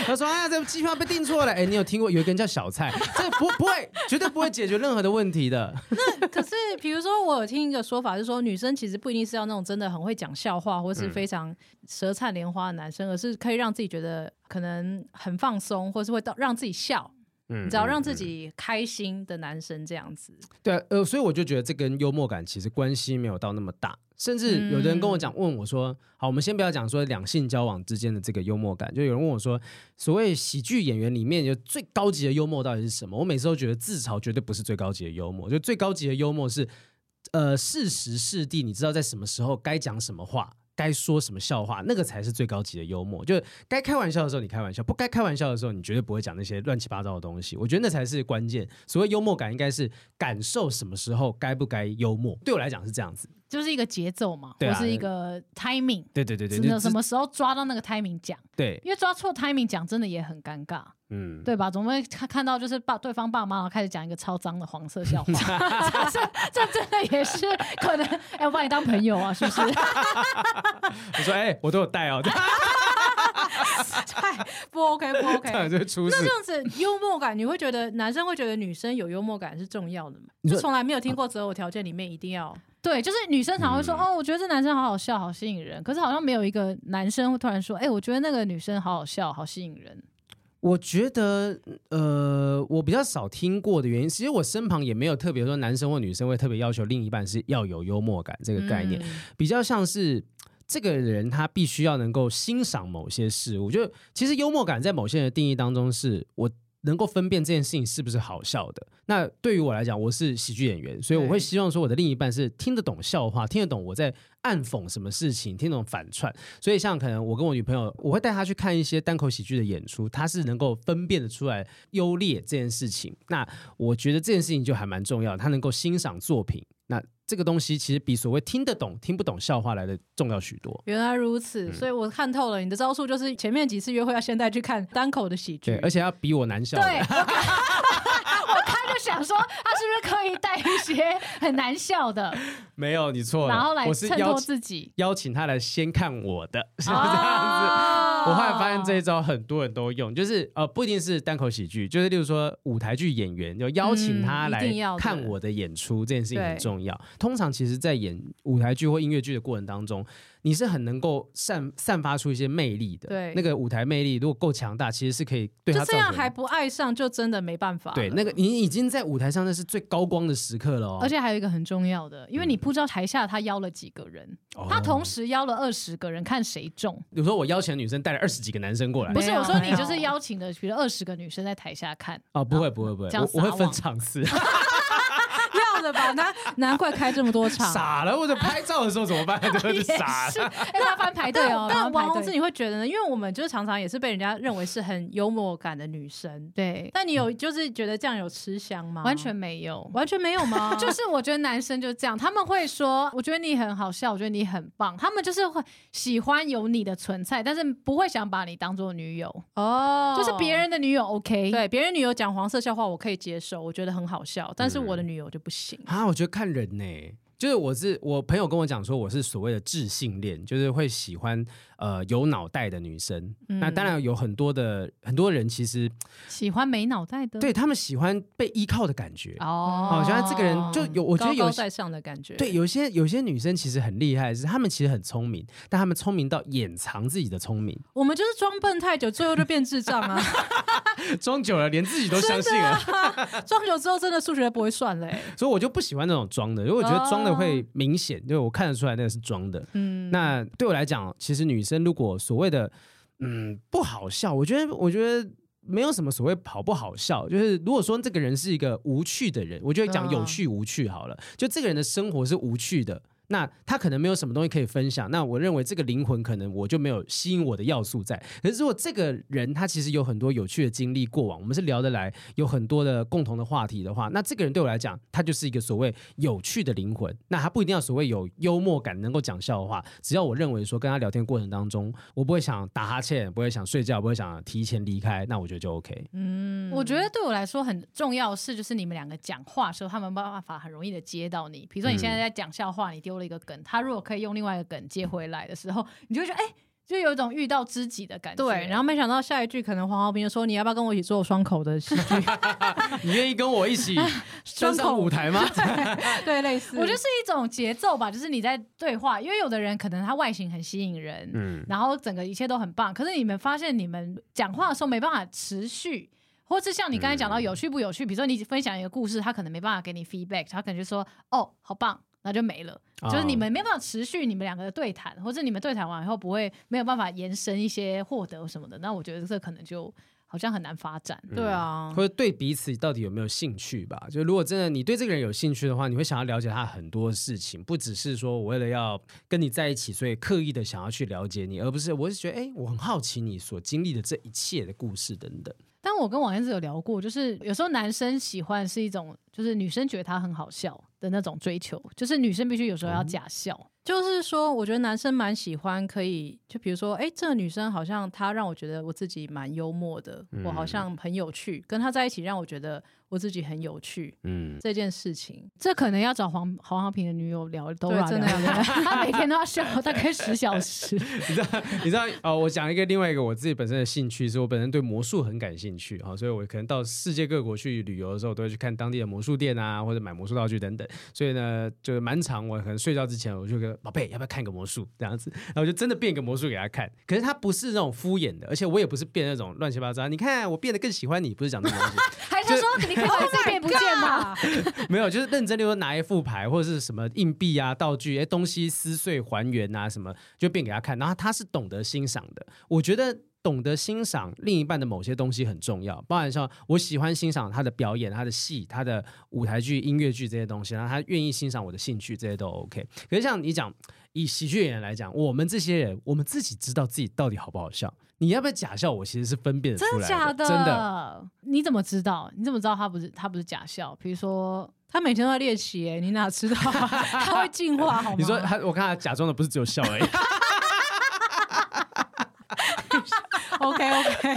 [SPEAKER 2] 他说：“哎呀，这机票被订错了。哎，你有听过有一个人叫小蔡？这不不会，绝对不会解决任何的问题的。
[SPEAKER 3] 可是，比如说，我有听一个说法，就是说女生其实不一定是要那种真的很会讲笑话，或
[SPEAKER 2] 嗯
[SPEAKER 3] 是非常舌灿莲花的男生，而是可以让自己觉得可能很放松，或是会到让自己笑，
[SPEAKER 2] 嗯
[SPEAKER 3] 只要让自己开心的男生这样子。
[SPEAKER 2] 对啊，呃，所以我就觉得这跟幽默感其实关系没有到那么大。甚至有的人跟我讲，问我说：“好，我们先不要讲说两性交往之间的这个幽默感。”就有人问我说：“所谓喜剧演员里面有最高级的幽默到底是什么？”我每次都觉得自嘲绝对不是最高级的幽默，就最高级的幽默是，呃，适时适地，你知道在什么时候该讲什么话，该说什么笑话，那个才是最高级的幽默。就是该开玩笑的时候你开玩笑，不该开玩笑的时候你绝对不会讲那些乱七八糟的东西。我觉得那才是关键。所谓幽默感，应该是感受什么时候该不该幽默。对我来讲是这样子。
[SPEAKER 1] 就是一个节奏嘛，
[SPEAKER 2] 对啊
[SPEAKER 1] 或是一个 timing，
[SPEAKER 2] 对对对对，
[SPEAKER 1] 真
[SPEAKER 2] 就
[SPEAKER 1] 的
[SPEAKER 2] 是
[SPEAKER 1] 什么时候抓到那个 timing 讲，
[SPEAKER 2] 对，
[SPEAKER 1] 因为抓错 timing 讲真的也很尴尬，
[SPEAKER 2] 嗯，
[SPEAKER 1] 对吧？总会看看到就是爸对方爸妈然后开始讲一个超脏的黄色笑 话，这这真的也是可能，哎、我把你当朋友啊，是不是？
[SPEAKER 2] 我说哎、我都有带哦，
[SPEAKER 3] 太不 OK，不 OK
[SPEAKER 2] 这。样就会出事
[SPEAKER 3] 那。这样子幽默感，你会觉得男生会觉得女生有幽默感是重要的吗？
[SPEAKER 2] 你
[SPEAKER 3] 就
[SPEAKER 2] 说
[SPEAKER 3] 从来没有听过择偶条件里面一定要
[SPEAKER 1] 对，就是女生常会
[SPEAKER 2] 嗯
[SPEAKER 1] 说、哦，我觉得这男生好好笑，好吸引人。可是好像没有一个男生会突然说，哎、我觉得那个女生好好笑，好吸引人。
[SPEAKER 2] 我觉得，呃，我比较少听过的原因，其实我身旁也没有特别说男生或女生会特别要求另一半是要有幽默感这个概
[SPEAKER 1] 嗯
[SPEAKER 2] 念，比较像是。这个人他必须要能够欣赏某些事物，就其实幽默感在某些人的定义当中是，我能够分辨这件事情是不是好笑的。那对于我来讲，我是喜剧演员，所以我会
[SPEAKER 3] 对
[SPEAKER 2] 希望说我的另一半是听得懂笑话，听得懂我在暗讽什么事情，听得懂反串。所以像可能我跟我女朋友，我会带她去看一些单口喜剧的演出，她是能够分辨得出来优劣这件事情。那我觉得这件事情就还蛮重要的，她能够欣赏作品。那这个东西其实比所谓听得懂听不懂笑话来的重要许多。
[SPEAKER 3] 原来
[SPEAKER 2] 嗯
[SPEAKER 3] 如此，所以我看透了你的招数，就是前面几次约会要现在去看单口的喜剧
[SPEAKER 2] 对，，而且要比我难笑。
[SPEAKER 1] 对，我刚我刚就想说，他是不是可以带一些很难笑的，
[SPEAKER 2] 没有你错了，
[SPEAKER 1] 然后来
[SPEAKER 2] 我是
[SPEAKER 1] 衬
[SPEAKER 2] 邀
[SPEAKER 1] 托
[SPEAKER 2] 请
[SPEAKER 1] 自己？
[SPEAKER 2] 邀请她来先看我的，是
[SPEAKER 1] 哦
[SPEAKER 2] 这样子。 我后来发现这一招很多人都用，就是呃不一定是单口喜剧，就是例如说舞台剧演员，就邀请他
[SPEAKER 3] 嗯
[SPEAKER 2] 来
[SPEAKER 3] 一定要的
[SPEAKER 2] 看我的演出，这件事情很
[SPEAKER 3] 对
[SPEAKER 2] 重要。通常其实，在演舞台剧或音乐剧的过程当中，你是很能够散散发出一些魅力的。
[SPEAKER 3] 对
[SPEAKER 2] 那个舞台魅力如果够强大，其实是可以对他
[SPEAKER 3] 就这样
[SPEAKER 2] 造成
[SPEAKER 3] 还不爱上，就真的没办法了。
[SPEAKER 2] 对那个你已经在舞台上那是最高光的时刻了哦，
[SPEAKER 1] 而且还有一个很重要的，因为你
[SPEAKER 3] 嗯
[SPEAKER 1] 不知道台下他邀了几个人，
[SPEAKER 3] 哦
[SPEAKER 1] 他同时邀了二十个人，看谁中。
[SPEAKER 2] 比如说我邀请的女生带了二十几个男生过来
[SPEAKER 1] 不是
[SPEAKER 3] 没有
[SPEAKER 1] 我说，你
[SPEAKER 3] 没有
[SPEAKER 1] 就是邀请的，比如二十个女生在台下看，
[SPEAKER 2] 哦，不会不会不会，
[SPEAKER 1] 这样
[SPEAKER 2] 我我会
[SPEAKER 1] 撒
[SPEAKER 2] 分
[SPEAKER 1] 网
[SPEAKER 2] 场次，
[SPEAKER 3] 要的 吧？难难怪开这么多场。
[SPEAKER 2] 傻了，或者拍照的时候怎么 办？对，傻
[SPEAKER 1] 是
[SPEAKER 2] 了。
[SPEAKER 1] 哎，麻烦排队
[SPEAKER 3] 对
[SPEAKER 1] 哦 麻
[SPEAKER 3] 哦，，但
[SPEAKER 1] 烦排
[SPEAKER 3] 王宏志
[SPEAKER 1] 队
[SPEAKER 3] 你会觉得呢？因为我们就是常常也是被人家认为是很幽默感的女生，
[SPEAKER 1] 对，
[SPEAKER 3] 但你有就是觉得这样有吃香吗？
[SPEAKER 1] 完全没有。
[SPEAKER 3] 完全没有吗？
[SPEAKER 1] 就是我觉得男生就是这样，他们会说，我觉得你很好笑，我觉得你很棒，他们就是会喜欢有你的存在，但是不会想把你当做女友，
[SPEAKER 3] 哦，
[SPEAKER 1] 就是别人的女友 OK，
[SPEAKER 3] 对别人女友讲黄色笑话，我可以接受，我觉得很好笑，但是我
[SPEAKER 1] 嗯
[SPEAKER 3] 的女友就不行。
[SPEAKER 2] 啊，我觉得看人呢、就是我是我朋友跟我讲说我是所谓的智性恋，就是会喜欢呃有脑袋的女生。
[SPEAKER 1] 嗯
[SPEAKER 2] 那当然有很多的很多人其实
[SPEAKER 1] 喜欢没脑袋的，
[SPEAKER 2] 对他们喜欢被依靠的感觉。
[SPEAKER 1] 哦，
[SPEAKER 2] 好像这个人就有，我觉得
[SPEAKER 3] 高
[SPEAKER 2] 有
[SPEAKER 3] 高在上的感觉。
[SPEAKER 2] 对，有些有些女生其实很厉害，是她们其实很聪明，但她们聪明到掩藏自己的聪明，
[SPEAKER 3] 我们就是装笨太久，最后就变智障啊！
[SPEAKER 2] 装久了连自己都相信了。
[SPEAKER 3] 装久之后，真的数学不会算 嘞、
[SPEAKER 2] 所以我就不喜欢那种装的，因为我觉得装的会明显，因为我看得出来那个是装的。
[SPEAKER 3] 嗯，
[SPEAKER 2] 那对我来讲，其实女生如果所谓的嗯不好笑，我觉得我觉得没有什么所谓好不好笑，就是如果说这个人是一个无趣的人，我就会讲
[SPEAKER 3] 嗯
[SPEAKER 2] 有趣无趣好了，就这个人的生活是无趣的。那他可能没有什么东西可以分享，那我认为这个灵魂可能我就没有吸引我的要素在。可是如果这个人他其实有很多有趣的经历过往，我们是聊得来，有很多的共同的话题的话，那这个人对我来讲，他就是一个所谓有趣的灵魂。那他不一定要所谓有幽默感，能够讲笑话，只要我认为说跟他聊天过程当中，我不会想打哈欠，不会想睡觉，不会想提前离开，那我觉得就 OK。
[SPEAKER 1] 我觉
[SPEAKER 3] 嗯
[SPEAKER 1] 得对我来说很重要的是，就是你们两个讲话的时候，他们没有办法很容易的接到你。比如说你现
[SPEAKER 3] 嗯
[SPEAKER 1] 在在讲笑话，你丢了一个梗，他如果可以用另外一个梗接回来的时候，你就会觉得哎、就有一种遇到知己的感觉。
[SPEAKER 3] 对，然后没想到下一句可能黄浩斌就说：“你要不要跟我一起做双口的喜 剧
[SPEAKER 2] 你愿意跟我一起 登
[SPEAKER 3] 双
[SPEAKER 2] 上
[SPEAKER 3] 口
[SPEAKER 2] 舞台吗？？”
[SPEAKER 3] 对，类似，
[SPEAKER 1] 我觉得是一种节奏吧，就是你在对话，因为有的人可能他外形很吸引人，
[SPEAKER 2] 嗯，
[SPEAKER 1] 然后整个一切都很棒，可是你们发现你们讲话的时候没办法持续。或是像你刚才讲到有趣不有趣，比如说你分享一个故事，他可能没办法给你 feedback，他可能就说哦好棒，那就没了。
[SPEAKER 2] 哦
[SPEAKER 1] 就是你们没办法持续你们两个的对谈，或者你们对谈完以后不会没有办法延伸一些获得什么的，那我觉得这可能就好像很难发展。
[SPEAKER 2] 嗯
[SPEAKER 3] 对啊，
[SPEAKER 2] 或者对彼此到底有没有兴趣吧？就如果真的你对这个人有兴趣的话，你会想要了解他很多事情，不只是说我为了要跟你在一起，所以刻意的想要去了解你，而不是我是觉得，哎、我很好奇你所经历的这一切的故事等等。
[SPEAKER 1] 但我跟王燕子有聊过，就是有时候男生喜欢是一种，就是女生觉得他很好笑的那种追求，就是女生必须有时候要假笑。
[SPEAKER 3] 就是说，我觉得男生蛮喜欢可以，就比如说，哎、这个女生好像她让我觉得我自己蛮幽默的，
[SPEAKER 2] 嗯
[SPEAKER 3] 我好像很有趣，跟她在一起让我觉得我自己很有趣
[SPEAKER 2] 嗯，
[SPEAKER 3] 这件事情。
[SPEAKER 1] 这可能要找黄黄浩平的女友聊，都
[SPEAKER 3] 对
[SPEAKER 1] 聊
[SPEAKER 3] 真的
[SPEAKER 1] 聊
[SPEAKER 3] 要聊
[SPEAKER 1] 他每天都要笑大概十小时。
[SPEAKER 2] 你知道， 你知道，哦，我讲一个另外一个我自己本身的兴趣，是我本身对魔术很感兴趣啊、哦所以我可能到世界各国去旅游的时候，我都会去看当地的魔术店啊，或者买魔术道具等等。所以呢，就是蛮长，我可能睡觉之前，我就跟宝贝要不要看个魔术这样子，然后我就真的变个魔术给他看。可是他不是那种敷衍的，而且我也不是变那种乱七八糟。你看我变得更喜欢你，不是讲这种东西，
[SPEAKER 1] 还是说你可以 把这变不见吗？
[SPEAKER 2] 没有，就是认真的说拿一副牌或者是什么硬币啊、道具，哎，东西撕碎还原啊，什么就变给他看。然后他是懂得欣赏的，我觉得。懂得欣赏另一半的某些东西很重要，包含像我喜欢欣赏他的表演、他的戏、他的舞台剧、音乐剧这些东西，然后他愿意欣赏我的兴趣，这些都 OK。可是像你讲，以喜剧演员来讲，我们这些人，我们自己知道自己到底好不好笑。你要不要假笑？我其实是分辨得出
[SPEAKER 1] 真的
[SPEAKER 2] 来
[SPEAKER 1] 假的？
[SPEAKER 2] 真的。
[SPEAKER 1] 你怎么知道？你怎么知道他不是他不是假笑？比如说，
[SPEAKER 3] 哦她每天都在练习、哎，你哪 知道、啊？她会进化好吗？
[SPEAKER 2] 你说他，我看他假装的不是只有笑而已。
[SPEAKER 3] OK OK，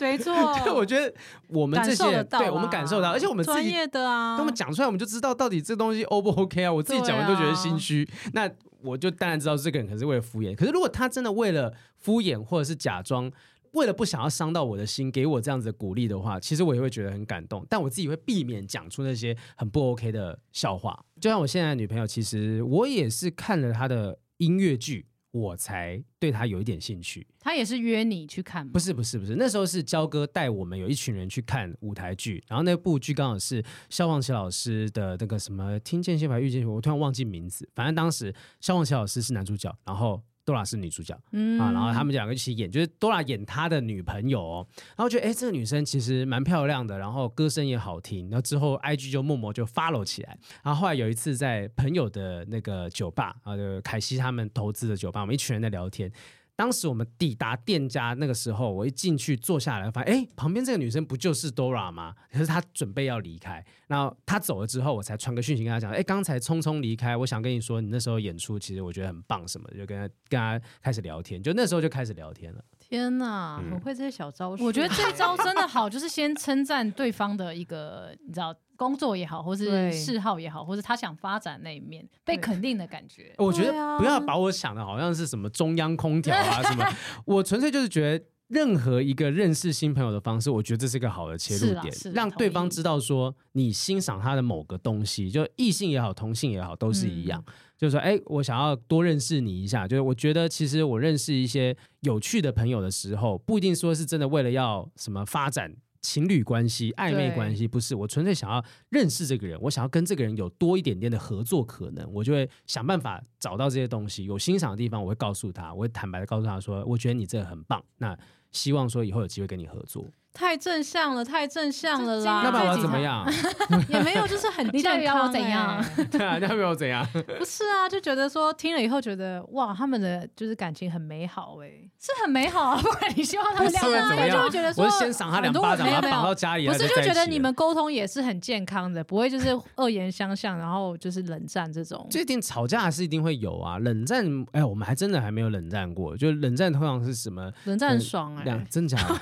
[SPEAKER 3] 没错，
[SPEAKER 2] 对，我觉得我们这
[SPEAKER 3] 感
[SPEAKER 2] 些
[SPEAKER 3] 受得
[SPEAKER 2] 人，
[SPEAKER 3] 到啦，
[SPEAKER 2] 对我们感受到，而且我们自
[SPEAKER 3] 专
[SPEAKER 2] 己
[SPEAKER 3] 业的啊，
[SPEAKER 2] 跟我们讲出来，我们就知道到底这东西 O 不 OK 啊。我自己讲完都觉得心虚，那我就当然知道这个人可能是为了敷衍。可是如果他真的为了敷衍或者是假装。为了不想要伤到我的心，给我这样子的鼓励的话，其实我也会觉得很感动。但我自己会避免讲出那些很不 OK 的笑话。就像我现在的女朋友，其实我也是看了她的音乐剧，我才对她有一点兴趣。
[SPEAKER 1] 他也是约你去看吗
[SPEAKER 2] 不？是不是不是，那时候是焦哥带我们有一群人去看舞台剧，然后那部剧刚好是萧煌奇老师的那个什么《听见先牌遇见先》，我突然忘记名字，反正当时萧煌奇老师是男主角，然后。多拉是女主角、
[SPEAKER 3] 嗯
[SPEAKER 2] 啊，然后他们两个一起演，就是多拉演她的女朋友、哦，然后觉得哎，这个女生其实蛮漂亮的，然后歌声也好听，然后之后 IG 就默默就 follow 起来，然后后来有一次在朋友的那个酒吧啊，就凯西他们投资的酒吧，我们一群人在聊天，当时我们抵达店家那个时候，我一进去坐下来，发现哎，旁边这个女生不就是 Dora 吗？ 可是她准备要离开，然后她走了之后，我才传个讯息跟她讲，哎，刚才匆匆离开，我想跟你说，你那时候演出其实我觉得很棒，什么的就跟她跟她开始聊天，就那时候就开始聊天了。
[SPEAKER 3] 天哪，很
[SPEAKER 2] 嗯
[SPEAKER 3] 会这些小招数。啊
[SPEAKER 1] 我觉得这招真的好，就是先称赞对方的一个，你知道，工作也好，或是
[SPEAKER 3] 对
[SPEAKER 1] 嗜好也好，或是他想发展那一面，被
[SPEAKER 3] 对
[SPEAKER 1] 肯定的感觉。
[SPEAKER 2] 哦我觉得
[SPEAKER 3] 对啊
[SPEAKER 2] 不要把我想的好像是什么中央空调啊什么， 我纯粹就是觉得任何一个认识新朋友的方式，我觉得这是一个好的切
[SPEAKER 1] 是
[SPEAKER 2] 入
[SPEAKER 1] 啦
[SPEAKER 2] 点
[SPEAKER 1] 是，啦
[SPEAKER 2] 让
[SPEAKER 1] 同
[SPEAKER 2] 对
[SPEAKER 1] 意
[SPEAKER 2] 方知道说你欣赏他的某个东西，就异性也好，同性也好，都是一样。就是说，哎、我想要多认识你一下。就是我觉得，其实我认识一些有趣的朋友的时候，不一定说是真的为了要什么发展情侣关系、暧昧
[SPEAKER 1] 对
[SPEAKER 2] 关系，不是。我纯粹想要认识这个人，我想要跟这个人有多一点点的合作可能，我就会想办法找到这些东西。有欣赏的地方，我会告诉他，我会坦白的告诉他说，我觉得你这个很棒。那希望说以后有机会跟你合作。
[SPEAKER 3] 太正向了，太正向了啦。
[SPEAKER 1] 这
[SPEAKER 2] 那不然我要
[SPEAKER 1] 这
[SPEAKER 2] 怎么样？
[SPEAKER 3] 也没有，就是 很
[SPEAKER 1] 你到
[SPEAKER 3] 健
[SPEAKER 1] 底要
[SPEAKER 3] 康、欸
[SPEAKER 1] 我怎 样？
[SPEAKER 2] 对啊，那没有怎样？
[SPEAKER 3] 不是啊，就觉得说听了以后觉得哇，他们的就是感情很美好哎、
[SPEAKER 1] 是很美好啊，不然你希望他们两
[SPEAKER 2] 不
[SPEAKER 1] 个
[SPEAKER 2] 是怎么
[SPEAKER 1] 人
[SPEAKER 2] 样
[SPEAKER 1] 就会觉得说
[SPEAKER 2] 我是先赏他两巴掌，
[SPEAKER 3] 很多人没
[SPEAKER 2] 把
[SPEAKER 3] 有
[SPEAKER 2] 他绑到家里，
[SPEAKER 3] 不
[SPEAKER 2] 然
[SPEAKER 3] 是
[SPEAKER 2] 后
[SPEAKER 3] 就
[SPEAKER 2] 再在一
[SPEAKER 3] 觉得
[SPEAKER 2] 起
[SPEAKER 3] 你们沟通也是很健康的，不会就是恶言相向，然后就是冷战这种。
[SPEAKER 2] 最近吵架是一定会有啊，冷战，哎，我们还真的还没有冷战过。就冷战通常是什么？
[SPEAKER 3] 冷战很爽
[SPEAKER 2] 嗯
[SPEAKER 3] 哎、
[SPEAKER 2] 两真假的？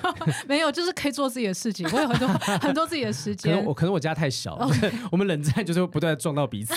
[SPEAKER 3] 没有，就是可以做自己的事情，我有很 多很多自己的时
[SPEAKER 2] 可能
[SPEAKER 3] 间
[SPEAKER 2] 我，可能我家太小了， 我们冷战就是不断地撞到彼此，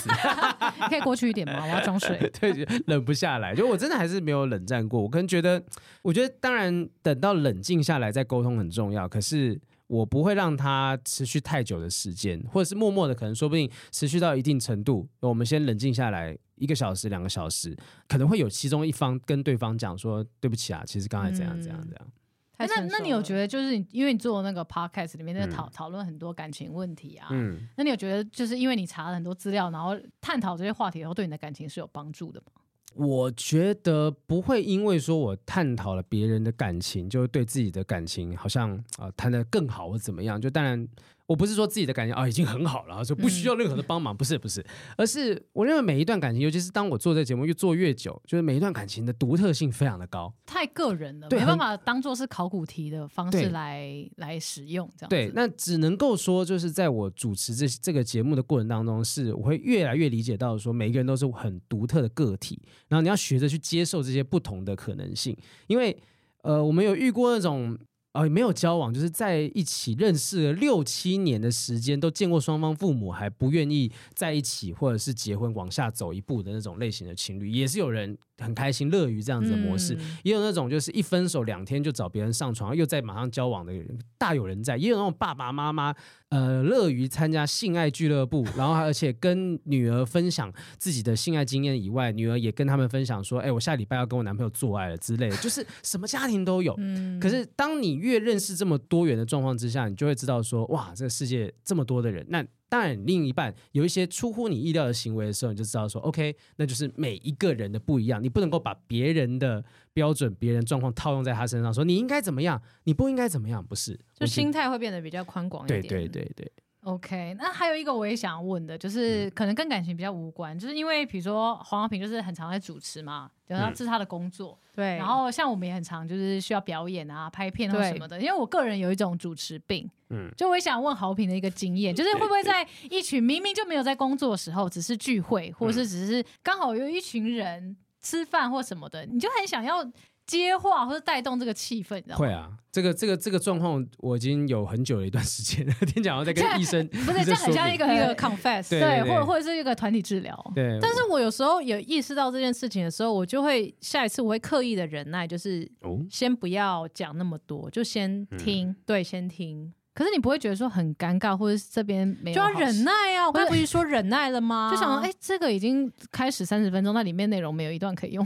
[SPEAKER 1] 可以过去一点吗？我要 装睡。
[SPEAKER 2] 对，冷不下来。就我真的还是没有冷战过。我可能觉得，我觉得当然等到冷静下来再沟通很重要，可是。我不会让它持续太久的时间，或者是默默的，可能说不定持续到一定程度，我们先冷静下来一个小时、两个小时，可能会有其中一方跟对方讲说：“对不起啊，其实刚才怎样怎样怎样。
[SPEAKER 1] 哎那那你有觉
[SPEAKER 3] 得
[SPEAKER 1] 得就是你因为你做那个 podcast 里面在讨
[SPEAKER 2] 嗯
[SPEAKER 1] 讨论很多感情问题啊，
[SPEAKER 2] 嗯，
[SPEAKER 1] 那你有觉得就是因为你查了很多资料，然后探讨这些话题，然后对你的感情是有帮助的吗？
[SPEAKER 2] 我觉得不会因为说我探讨了别人的感情，就对自己的感情好像啊、呃谈得更好或怎么样。就当然，我不是说自己的感情啊、已经很好了，就不需要任何的帮忙，不是不是，而是我认为每一段感情，尤其是当我做这节目越做越久，就是每一段感情的独特性非常的高。
[SPEAKER 1] 太个人了，
[SPEAKER 2] 对
[SPEAKER 1] 没
[SPEAKER 2] 很
[SPEAKER 1] 办法当做是考古题的方式
[SPEAKER 2] 对
[SPEAKER 1] 来来使用，这样
[SPEAKER 2] 对
[SPEAKER 1] 子，
[SPEAKER 2] 那只能够说，就是在我主持这这个节目的过程当中，是我会越来越理解到说，每一个人都是很独特的个体，然后你要学着去接受这些不同的可能性，因为呃，我们有遇过那种。呃，没有交往，就是在一起认识了六七年的时间，都见过双方父母，还不愿意在一起，或者是结婚往下走一步的那种类型的情侣，也是有人很开心乐于这样子的模式，
[SPEAKER 3] 嗯
[SPEAKER 2] 也有那种就是一分手两天就找别人上床，又再马上交往的人，大有人在。也有那种爸爸妈妈呃乐于参加性爱俱乐部，然后而且跟女儿分享自己的性爱经验以外，女儿也跟他们分享说：“哎、我下礼拜要跟我男朋友做爱了之类的。”就是什么家庭都有。
[SPEAKER 3] 嗯
[SPEAKER 2] 可是，当你越认识这么多元的状况之下，你就会知道说，哇，这个世界这么多的人，那当然另一半有一些出乎你意料的行为的时候，你就知道说，OK，那就是每一个人的不一样，你不能够把别人的标准、别人状况套用在他身上，说你应该怎么样，你不应该怎么样，不是？
[SPEAKER 3] 就
[SPEAKER 2] 我觉得
[SPEAKER 3] 心态会变得比较宽广一
[SPEAKER 2] 对
[SPEAKER 3] 点，
[SPEAKER 2] 对对对，
[SPEAKER 1] OK，那还有一个我也想问的，
[SPEAKER 2] 嗯
[SPEAKER 1] 就是可能跟感情比较无关，就是因为比如说黄浩平就是很常在主持嘛，然后
[SPEAKER 2] 嗯
[SPEAKER 1] 这是他的工作，
[SPEAKER 3] 对，
[SPEAKER 1] 然后像我们也很常就是需要表演啊、拍片啊
[SPEAKER 3] 对
[SPEAKER 1] 什么的，因为我个人有一种主持病，
[SPEAKER 2] 嗯
[SPEAKER 1] 就我也想问豪平的一个经验，就是会不会在一群明明就没有在工作的时候，只是聚会，或
[SPEAKER 2] 嗯
[SPEAKER 1] 是只是刚好有一群人吃饭或什么的，你就很想要接话或者带动这个气氛，你知道吗？
[SPEAKER 2] 会啊，这个这个这个状况我已经有很久的一段时间了， 听讲我在跟医生，
[SPEAKER 1] 不是，这样很像一个
[SPEAKER 3] 一个
[SPEAKER 1] 一个
[SPEAKER 3] confess，
[SPEAKER 2] 对
[SPEAKER 1] 对，或者或者是一个团体治疗。
[SPEAKER 2] 对，
[SPEAKER 3] 但是我有时候有意识到这件事情的时候，我就会下一次我会刻意的忍耐，就是
[SPEAKER 2] 哦，
[SPEAKER 3] 先不要讲那么多，就先
[SPEAKER 2] 嗯
[SPEAKER 3] 听，对，先听，
[SPEAKER 1] 可是你不会觉得说很尴尬，或者是这边没有
[SPEAKER 3] 就要
[SPEAKER 1] 好
[SPEAKER 3] 忍耐啊啊！
[SPEAKER 1] 或
[SPEAKER 3] 我刚
[SPEAKER 1] 者
[SPEAKER 3] 不是说忍耐了吗？
[SPEAKER 1] 就想说，哎、，这个已经开始三十分钟，那里面内容没有一段可以用。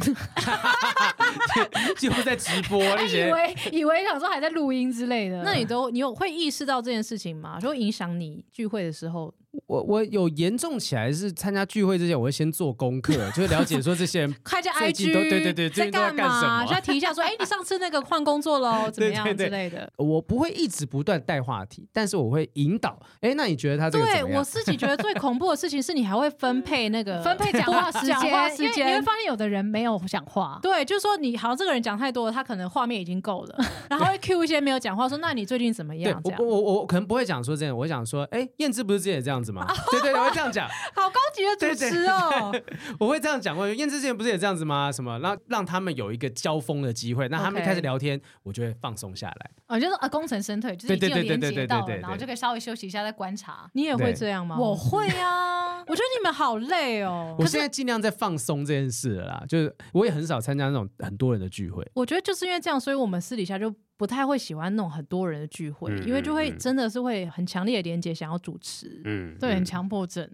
[SPEAKER 2] 几乎在直播啊 那
[SPEAKER 1] 以
[SPEAKER 2] 些。
[SPEAKER 1] 为以为想说还在录音之类的，
[SPEAKER 3] 那你都你有会意识到这件事情吗？就会影响你聚会的时候，
[SPEAKER 2] 我我有严重起来是参加聚会之前，我会先做功课，就是了解说这 些人
[SPEAKER 3] 开一下
[SPEAKER 2] 最
[SPEAKER 3] IG，
[SPEAKER 2] 近都对对对最
[SPEAKER 3] 在
[SPEAKER 2] 近都在
[SPEAKER 3] 干
[SPEAKER 2] 干什
[SPEAKER 3] 嘛？
[SPEAKER 2] 么
[SPEAKER 3] 就要提一下说，哎、你上次那个换工作喽，怎么样
[SPEAKER 2] 对对对
[SPEAKER 3] 之类的。
[SPEAKER 2] 我不会一直不断带话题，但是我会引导。哎，那你觉得他这个
[SPEAKER 3] 对
[SPEAKER 2] 怎么
[SPEAKER 3] 我
[SPEAKER 2] 样？
[SPEAKER 3] 自己觉得最恐怖的事情是，你还会分配那个
[SPEAKER 1] 分配讲呃话时 间，
[SPEAKER 3] 讲话时
[SPEAKER 1] 因为你会
[SPEAKER 3] 间。
[SPEAKER 1] 发现有的人没有讲话。
[SPEAKER 3] 对，就是说你好像这个人讲太多了，他可能画面已经够 了，然后会 Q 一些没有讲话，说那你最近怎么
[SPEAKER 2] 对
[SPEAKER 3] 样？这
[SPEAKER 2] 我
[SPEAKER 3] 样
[SPEAKER 2] 我我我可能不会讲说这样，我会讲说，哎，燕之不是之前也这样子吗？对对，我会这样讲，
[SPEAKER 3] 好高级的主持哦。
[SPEAKER 2] 我会这样讲。我燕之之前不是也这样子吗？什么让让他们有一个交锋的机会，那他们
[SPEAKER 3] OK
[SPEAKER 2] 开始聊天，我就会放松下来。
[SPEAKER 1] 哦，就是啊，功成身退，就是已经有
[SPEAKER 2] 对对对
[SPEAKER 1] 连
[SPEAKER 2] 对
[SPEAKER 1] 接
[SPEAKER 2] 对对
[SPEAKER 1] 到
[SPEAKER 2] 对
[SPEAKER 1] 了，
[SPEAKER 2] 对
[SPEAKER 1] 然后就可以稍微休息一下再观察。
[SPEAKER 3] 你也会
[SPEAKER 2] 对
[SPEAKER 3] 这样吗？
[SPEAKER 1] 我会啊，
[SPEAKER 3] 我觉得你们好累哦。
[SPEAKER 2] 我现在尽量在放松这件事了啦，就是我也很少参加那种很多人的聚会。
[SPEAKER 3] 我觉得就是因为这样，所以我们私底下就不太会喜欢那种很多人的聚会，
[SPEAKER 2] 嗯
[SPEAKER 3] 因为就会
[SPEAKER 2] 嗯嗯
[SPEAKER 3] 真的是会很强烈的连接，想要主持。
[SPEAKER 2] 嗯，，
[SPEAKER 1] 对，很强迫症，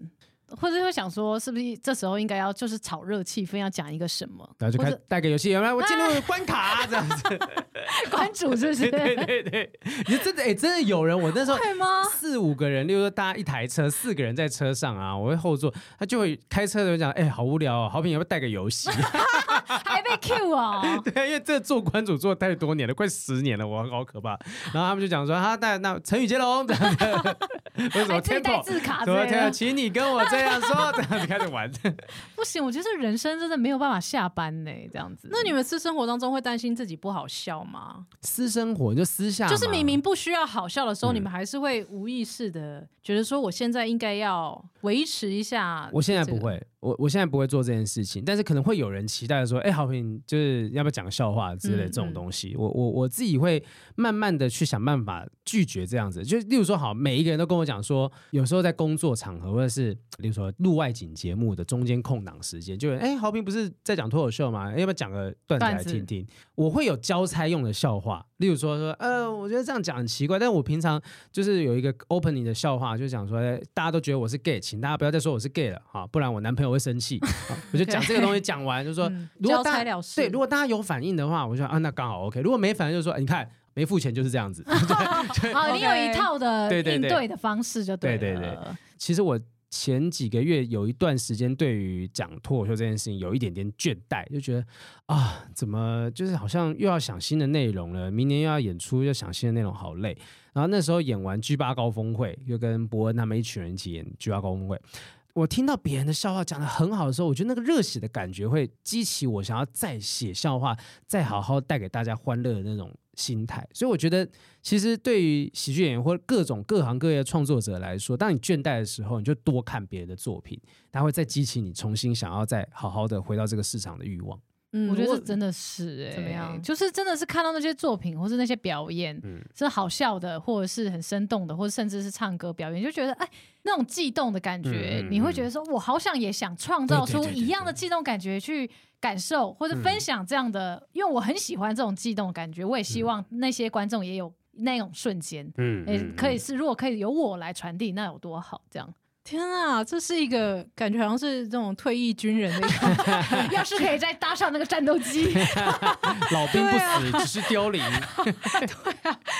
[SPEAKER 1] 或者会想说，是不是这时候应该要就是炒热气氛，要讲一个什么
[SPEAKER 2] 然后就
[SPEAKER 1] 或
[SPEAKER 2] 开
[SPEAKER 1] 者
[SPEAKER 2] 带个游戏，
[SPEAKER 1] 啊
[SPEAKER 2] 原来我进入关卡这样子。
[SPEAKER 1] 关主是不是？
[SPEAKER 2] 对对对，你真的哎、真的有人，我那时候
[SPEAKER 3] 会吗？
[SPEAKER 2] 四五个人，例如说搭一台车，四个人在 车上啊，我会后座，他就会开车的人讲，哎、好无聊哦，好品要不要带个游戏？
[SPEAKER 1] 还被 Q 哦，
[SPEAKER 2] 对，因为这做关主做太多年了，快十年了，我好可怕。然后他们就讲说，他那那成语接龙，这样子 不是什么
[SPEAKER 1] 哎还自己带
[SPEAKER 2] tempo，
[SPEAKER 1] 字卡
[SPEAKER 2] 什
[SPEAKER 1] 之
[SPEAKER 2] 么
[SPEAKER 1] 类
[SPEAKER 2] tempo，
[SPEAKER 1] 的。啊
[SPEAKER 2] 请你跟我这样说，这样子开始玩。
[SPEAKER 1] 不行，我觉得这人生真的没有办法下班呢，这样子。
[SPEAKER 3] 那你们私生活当中会担心自己不好笑吗？
[SPEAKER 2] 私生活就私下嘛，
[SPEAKER 3] 就是明明不需要好笑的时候，
[SPEAKER 2] 嗯
[SPEAKER 3] 你们还是会无意识的觉得说，我现在应该要维持一下。
[SPEAKER 2] 我现在不，会，我我现在不会做这件事情，但是可能会有人期待说，哎、好评就是要不要讲个笑话之类
[SPEAKER 3] 嗯
[SPEAKER 2] 这种
[SPEAKER 3] 嗯
[SPEAKER 2] 东西，我我我自己会慢慢的去想办法拒绝这样子。就例如说，好，每一个人都跟我讲说，有时候在工作场合或者是例如说录外景节目的中间空档时间，就有人哎、好评不是在讲脱口秀吗？要不要讲个段子
[SPEAKER 1] 段
[SPEAKER 2] 来
[SPEAKER 1] 子
[SPEAKER 2] 听听？我会有交差用的笑话，例如说说，呃，我觉得这样讲很奇怪，但我平常就是有一个 opening 的笑话，就讲说哎大家都觉得我是 gay，请大家不要再说我是 gay 了哈，不然我男朋友会生气。好我就讲这个东西讲完，就说、
[SPEAKER 3] 嗯
[SPEAKER 2] 如果大
[SPEAKER 3] 交差
[SPEAKER 2] 家
[SPEAKER 3] 了事
[SPEAKER 2] 对，如果大家有反应的话，我就说啊，那刚好 OK。如果没反应，就说、哎你看没付钱就是这样子。
[SPEAKER 1] 好，你有一
[SPEAKER 3] OK
[SPEAKER 1] 套的
[SPEAKER 2] 对对
[SPEAKER 1] 应
[SPEAKER 2] 对
[SPEAKER 1] 对的方式就了。
[SPEAKER 2] 对对对其实我前几个月有一段时间，对于讲脱口秀这件事情有一点点倦怠，就觉得啊，怎么就是好像又要想新的内容了，明年又要演出，又想新的内容，好累。然后那时候演完 G 八高峰会，又跟伯恩他们一群人一起演 G 八高峰会。我听到别人的笑话讲的很好的时候，我觉得那个热血的感觉会激起我想要再写笑话，再好好带给大家欢乐的那种心态。所以我觉得其实对于喜剧演员或各种各行各业的创作者来说，当你倦怠的时候，你就多看别人的作品，它会再激起你重新想要再好好的回到这个市场的欲望。
[SPEAKER 3] 嗯
[SPEAKER 1] 我觉得这真的是、欸、
[SPEAKER 3] 怎么样
[SPEAKER 1] 就是真的是看到那些作品或是那些表演，
[SPEAKER 2] 嗯
[SPEAKER 1] 是好笑的，或者是很生动的，或者甚至是唱歌表演，就觉得哎那种悸动的感觉，
[SPEAKER 2] 嗯嗯
[SPEAKER 1] 你会觉得说我好想也想创造
[SPEAKER 2] 对对
[SPEAKER 1] 出
[SPEAKER 2] 对对嗯
[SPEAKER 1] 一样的悸动感觉去感受或者分享这样的，因为我很喜欢这种悸动的感觉，我也希望那些观众也有那种瞬间。
[SPEAKER 2] 嗯
[SPEAKER 1] 也、可以是，如果可以由我来传递，那有多好？这 样
[SPEAKER 3] 天啊，这是一个感觉好像是这种退役军人的 一个
[SPEAKER 1] 要是可以再搭上那个战斗机，
[SPEAKER 2] 老兵不
[SPEAKER 1] 啊
[SPEAKER 2] 死，只是 凋零。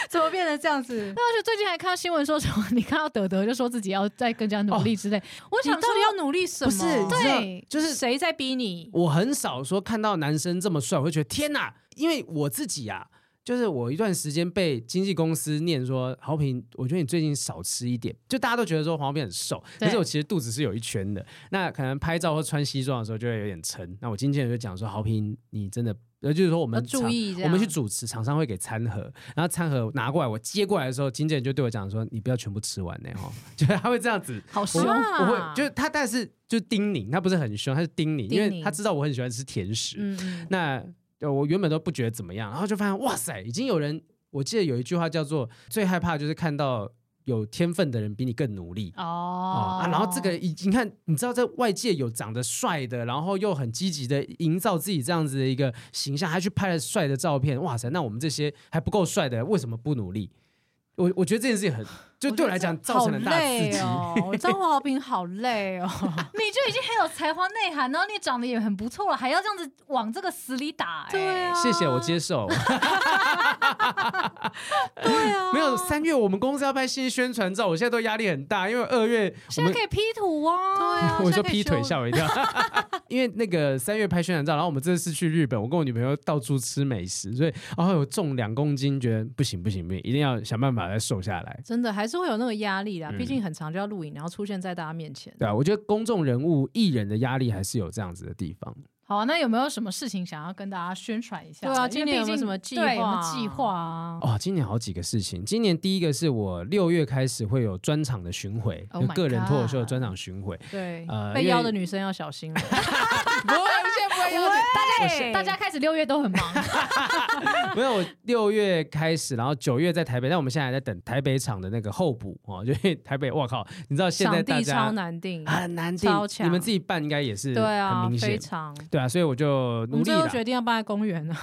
[SPEAKER 3] 怎么变成这样子？
[SPEAKER 1] 而且最近还看到新闻说什么， 你看到德德就说自己要再更加努力之类。我
[SPEAKER 3] 哦你
[SPEAKER 1] 想
[SPEAKER 3] 到
[SPEAKER 1] 说，
[SPEAKER 3] 底要努力什么？
[SPEAKER 2] 不是你知道
[SPEAKER 1] 对，
[SPEAKER 2] 就是
[SPEAKER 3] 谁在逼你？
[SPEAKER 2] 我很少说看到男生这么帅，我会觉得天哪！因为我自己啊，就是我一段时间被经纪公司念说，豪平，我觉得你最近少吃一点，就大家都觉得说黄平很瘦，
[SPEAKER 1] 对
[SPEAKER 2] 可是我其实肚子是有一圈的。那可能拍照或穿西装的时候就会有点撑。那我经纪人就讲说，豪平，你真的。呃，就是说我们
[SPEAKER 3] 要注
[SPEAKER 2] 常
[SPEAKER 3] 意这
[SPEAKER 2] 我们去
[SPEAKER 3] 样
[SPEAKER 2] 主持，厂商会给餐盒，然后餐盒拿过来，我接过来的时候，经纪人就对我讲说：“你不要全部吃完呢，哦， 就是他会这样子，
[SPEAKER 1] 好
[SPEAKER 2] 我
[SPEAKER 1] 凶
[SPEAKER 2] 会
[SPEAKER 3] 啊
[SPEAKER 2] 我会就是他，但是就叮咛，他不是很凶，他是叮咛，因
[SPEAKER 3] 叮
[SPEAKER 2] 为
[SPEAKER 3] 咛
[SPEAKER 2] 他知道我很喜欢吃甜食。
[SPEAKER 3] 嗯，嗯
[SPEAKER 2] 那呃我原本都不觉得怎么样，然后就发现哇塞，已经有人，我记得有一句话叫做“最害怕就是看到有天分的人比你更努力”
[SPEAKER 1] 哦
[SPEAKER 2] 哦、啊，然后这个已你看，你知道在外界有长得帅的，然后又很积极的营造自己这样子的一个形象，还去拍了帅的照片，哇塞！那我们这些还不够帅的，为什么不努力？我我觉得这件事情很，就对我来讲造成了很大
[SPEAKER 3] 好
[SPEAKER 2] 的刺
[SPEAKER 3] 累
[SPEAKER 2] 激。
[SPEAKER 3] 哦，我张华平好 累哦。
[SPEAKER 1] 你就已经很有才华内涵，然后你长得也很不错了，还要这样子往这个死里打、哎
[SPEAKER 3] 对啊，
[SPEAKER 2] 谢谢，我接受。
[SPEAKER 3] 对 啊，
[SPEAKER 2] 没有三月我们公司要拍新宣传照，我现在都压力很大，因为二月我
[SPEAKER 1] 现在
[SPEAKER 2] 们
[SPEAKER 1] 可以 P 图啊。
[SPEAKER 3] 对啊，
[SPEAKER 2] 我
[SPEAKER 3] 现在
[SPEAKER 2] 说
[SPEAKER 3] 可以
[SPEAKER 2] 劈腿
[SPEAKER 3] 修
[SPEAKER 2] 吓我一跳， 因为那个三月拍宣传照，然后我们这次去日本，我跟我女朋友到处吃美食，所以然后有重两公斤，觉得不行不行不行，一定要想办法再瘦下来。
[SPEAKER 3] 真的还是会有那个压力啦，
[SPEAKER 2] 嗯
[SPEAKER 3] 毕竟很长就要录影，然后出现在大家面前。
[SPEAKER 2] 对啊，我觉得公众人物、艺人的压力还是有这样子的地方。
[SPEAKER 1] 好啊，那有没有什么事情想要跟大家宣传一下？
[SPEAKER 3] 对啊
[SPEAKER 1] 因为
[SPEAKER 3] 今年有没有
[SPEAKER 1] 毕竟
[SPEAKER 3] 什么计
[SPEAKER 1] 对有没有
[SPEAKER 3] 划
[SPEAKER 1] 计划啊？
[SPEAKER 2] 哦，今年好几个事情。今年第一个是我六月开始会有专场的巡回，
[SPEAKER 1] Oh my
[SPEAKER 2] 个人脱口秀的专场巡回。
[SPEAKER 3] 对
[SPEAKER 2] 呃，
[SPEAKER 3] 被
[SPEAKER 2] 因为
[SPEAKER 3] 邀的女生要小心 了。
[SPEAKER 1] 不会，现在不会邀请大家也，大家开始六月都很忙，
[SPEAKER 2] 没有，我六月开始，然后九月在台北，但我们现在还在等台北场的那个候补哦，就因为台北，我靠，你知道现在
[SPEAKER 3] 场
[SPEAKER 2] 大
[SPEAKER 3] 地超
[SPEAKER 2] 家
[SPEAKER 3] 难定，
[SPEAKER 2] 很难定
[SPEAKER 3] 超，强
[SPEAKER 2] 你们自己办应该也是
[SPEAKER 3] 对啊
[SPEAKER 2] 很，明
[SPEAKER 3] 非
[SPEAKER 2] 显。
[SPEAKER 3] 常。
[SPEAKER 2] 对啊，所以我就
[SPEAKER 3] 我
[SPEAKER 2] 努
[SPEAKER 3] 们
[SPEAKER 2] 力
[SPEAKER 3] 最后
[SPEAKER 2] 了，
[SPEAKER 3] 决定要办在公园了，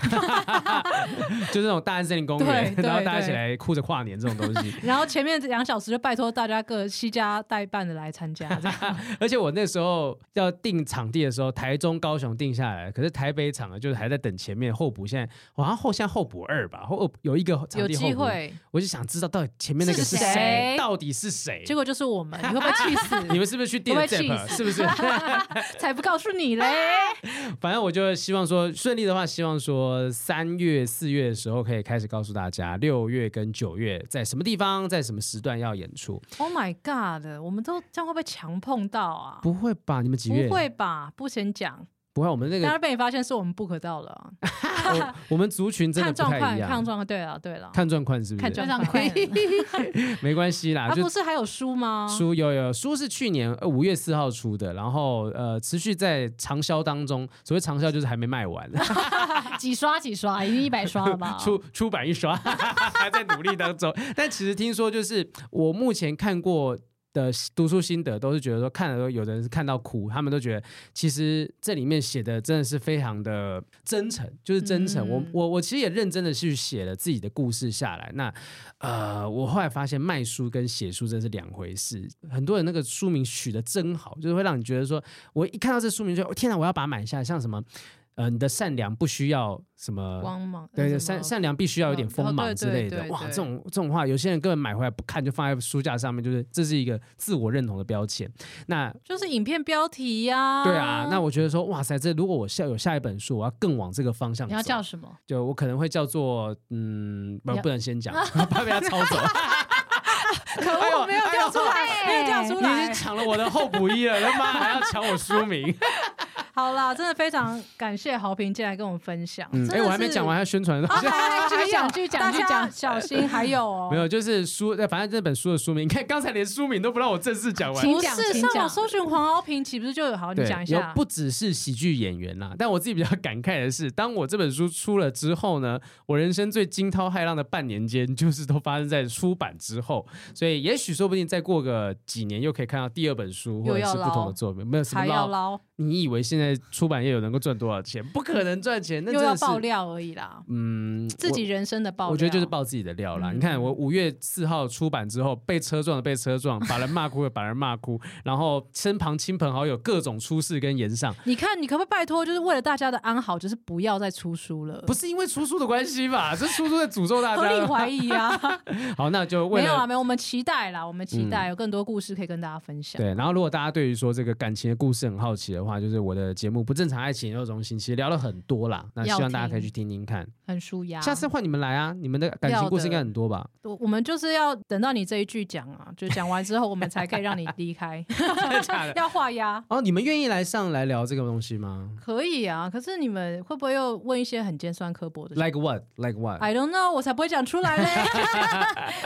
[SPEAKER 2] 就是那种大安森林公园，
[SPEAKER 3] 对
[SPEAKER 2] 然后
[SPEAKER 3] 对
[SPEAKER 2] 大家一起
[SPEAKER 3] 对
[SPEAKER 2] 来哭着跨年这种东西。
[SPEAKER 3] 然后前面两小时就拜托大家各西家 代办的来参加，这样
[SPEAKER 2] 而且我那时候要定场地的时候，台中、高雄定下来，来，可是台北场啊，就是还在等前面候补，现在好像后现在候补二吧，后有一个场
[SPEAKER 3] 有
[SPEAKER 2] 地
[SPEAKER 3] 机
[SPEAKER 2] 候补，
[SPEAKER 3] 会，
[SPEAKER 2] 我就想知道到底前面那个
[SPEAKER 3] 是谁
[SPEAKER 2] 谁，到底是谁？
[SPEAKER 3] 结果就是我们，你会不会气 死？
[SPEAKER 2] 你们是不是去订了
[SPEAKER 3] 会不会
[SPEAKER 2] Zep？
[SPEAKER 3] 气死
[SPEAKER 2] 是不 是？
[SPEAKER 3] 才不告诉你嘞！
[SPEAKER 2] 反正我就希望说顺利的话，希望说三月、四月的时候可以开始告诉大家，六月跟九月在什么地方，在什么时段要演出。
[SPEAKER 3] Oh my god！我们都这样会不会强碰到啊？
[SPEAKER 2] 不会吧？你们几
[SPEAKER 3] 不
[SPEAKER 2] 月？
[SPEAKER 3] 会吧？不先讲，
[SPEAKER 2] 不会，我们那
[SPEAKER 3] 大家
[SPEAKER 2] 个
[SPEAKER 3] 被你发现是我们 book 到了啊，
[SPEAKER 2] 我我们族群真的
[SPEAKER 3] 看
[SPEAKER 2] 不
[SPEAKER 3] 状
[SPEAKER 2] 太
[SPEAKER 3] 况，
[SPEAKER 2] 一
[SPEAKER 3] 看
[SPEAKER 2] 样。
[SPEAKER 3] 状况。对了，对了，
[SPEAKER 2] 看状况是不
[SPEAKER 3] 看
[SPEAKER 2] 是
[SPEAKER 3] 状？
[SPEAKER 1] 非常快乐。
[SPEAKER 2] 没关系啦，
[SPEAKER 3] 啊，
[SPEAKER 2] 就
[SPEAKER 3] 不哦是还有书吗？
[SPEAKER 2] 书啊有有书是去年呃五月四号出的，然后呃持续在长销当中，所谓长销就是还没卖完，？
[SPEAKER 1] 几刷几刷，已经一百刷了 吧
[SPEAKER 2] 出出版一刷， 还在努力当中。但其实听说就是我目前看过。的读书心得都是觉得说看了都有的人是看到哭，他们都觉得其实这里面写的真的是非常的真诚，就是真诚。我
[SPEAKER 3] 嗯
[SPEAKER 2] 我我其实也认真的去写了自己的故事下来。那呃，我后来发现卖书跟写书真是两回事。很多人那个书名取得真好，就是会让你觉得说，我一看到这书名就哦天哪，我要把它买下来。像什么，呃，你的善良不需要什么
[SPEAKER 3] 光芒，
[SPEAKER 2] 对对，
[SPEAKER 3] 什么
[SPEAKER 2] 善善良必须要有点
[SPEAKER 3] 哦
[SPEAKER 2] 锋
[SPEAKER 3] 哦
[SPEAKER 2] 芒
[SPEAKER 3] 对
[SPEAKER 2] 之
[SPEAKER 3] 对
[SPEAKER 2] 类的。
[SPEAKER 3] 对
[SPEAKER 2] 哇，
[SPEAKER 3] 对
[SPEAKER 2] 这种这种话，有些人根本买回来不看，就放在书架上面，就是这是一个自我认同的标签。那
[SPEAKER 3] 就是影片标题呀。
[SPEAKER 2] 对啊，那我觉得说，哇塞，这如果我下有下一本书，我要更往这个方向
[SPEAKER 1] 你要
[SPEAKER 2] 走
[SPEAKER 1] 叫什 么？
[SPEAKER 2] 就我可能会叫做嗯，不
[SPEAKER 1] 你要
[SPEAKER 2] 不能先讲，怕被他抄走。 哎
[SPEAKER 3] 可恶，哦没有掉出来，没有掉出
[SPEAKER 2] 你已
[SPEAKER 3] 来
[SPEAKER 2] 经。抢了我的候补一了，他妈还要抢我书 名。
[SPEAKER 3] 好啦，真的非常感谢豪平进来跟我们分享。
[SPEAKER 2] 嗯，
[SPEAKER 3] 真的
[SPEAKER 2] 哎，
[SPEAKER 3] 是
[SPEAKER 2] 我还没讲完，。他宣传的东西。
[SPEAKER 1] 继续讲，继续
[SPEAKER 3] 大
[SPEAKER 1] 讲，继续
[SPEAKER 3] 家
[SPEAKER 1] 讲。
[SPEAKER 3] 小心，还有哦，
[SPEAKER 2] 没有，就是书，反正这本书的书名，你看刚才连书名都不让我正式讲完，
[SPEAKER 1] 请
[SPEAKER 3] 不
[SPEAKER 1] 讲
[SPEAKER 3] 是
[SPEAKER 1] 请
[SPEAKER 3] 上网
[SPEAKER 1] 讲
[SPEAKER 3] 搜寻黄豪平，岂不是就有哦好？你
[SPEAKER 2] 对，
[SPEAKER 3] 讲一
[SPEAKER 2] 有
[SPEAKER 3] 下，
[SPEAKER 2] 不只是喜剧演员啦，但我自己比较 感慨的是，当我这本书出了之后呢，我人生最惊涛骇浪的半年间，就是都发生在出版之后，所以也许说不定再过个几年，又可以看到第二本书或
[SPEAKER 3] 又
[SPEAKER 2] 者
[SPEAKER 3] 要
[SPEAKER 2] 是不同的
[SPEAKER 3] 捞
[SPEAKER 2] 作品，没有什么
[SPEAKER 3] 还要
[SPEAKER 2] 捞。
[SPEAKER 3] 捞，
[SPEAKER 2] 你以为现在出版业有能够赚多少钱？不可能赚钱，那
[SPEAKER 3] 又
[SPEAKER 2] 真的
[SPEAKER 3] 要
[SPEAKER 2] 是
[SPEAKER 3] 爆料而已啦，
[SPEAKER 2] 嗯，
[SPEAKER 3] 自
[SPEAKER 2] 我
[SPEAKER 3] 己人生的爆料，
[SPEAKER 2] 我觉得就是爆自己的料啦。
[SPEAKER 3] 嗯
[SPEAKER 2] 你看，我五月四号出版之后，被车撞的被车撞，把人骂哭的把人骂哭，然后身旁亲朋好友各种出事跟言上，
[SPEAKER 3] 你看，你可不可以拜托，就是为了大家的安好，就是不要再出书了？
[SPEAKER 2] 不是因为出书的关系吧？这出书在诅咒大
[SPEAKER 3] 合理
[SPEAKER 2] 家。
[SPEAKER 3] 怀 疑啊，
[SPEAKER 2] 好，那就为
[SPEAKER 3] 没有啊，
[SPEAKER 2] 了。嗯
[SPEAKER 3] 没有，我们期待啦，我们期待有更多故事可以跟大家分享。
[SPEAKER 2] 对，然后如果大家对于说这个感情的故事很好奇的话，就是我的节目《不正常爱情研究中心》其实聊了很多啦，那
[SPEAKER 3] 要
[SPEAKER 2] 希望大家
[SPEAKER 3] 听
[SPEAKER 2] 可以去听听看。
[SPEAKER 3] 很舒压。
[SPEAKER 2] 下次换你们来啊，你们的感情故事应该很多吧？
[SPEAKER 3] 我我们就是要等到你这一句讲啊，就讲完之后，我们才可以让你 离开，
[SPEAKER 2] 真的假的？
[SPEAKER 3] 要画押。
[SPEAKER 2] 哦，你们愿意来上来聊这个东西吗
[SPEAKER 3] 可以啊，可是你们会不会又问一些很尖酸刻薄的
[SPEAKER 2] ？Like what? Like what?
[SPEAKER 3] ？I don't know，我才不会讲出 来嘞。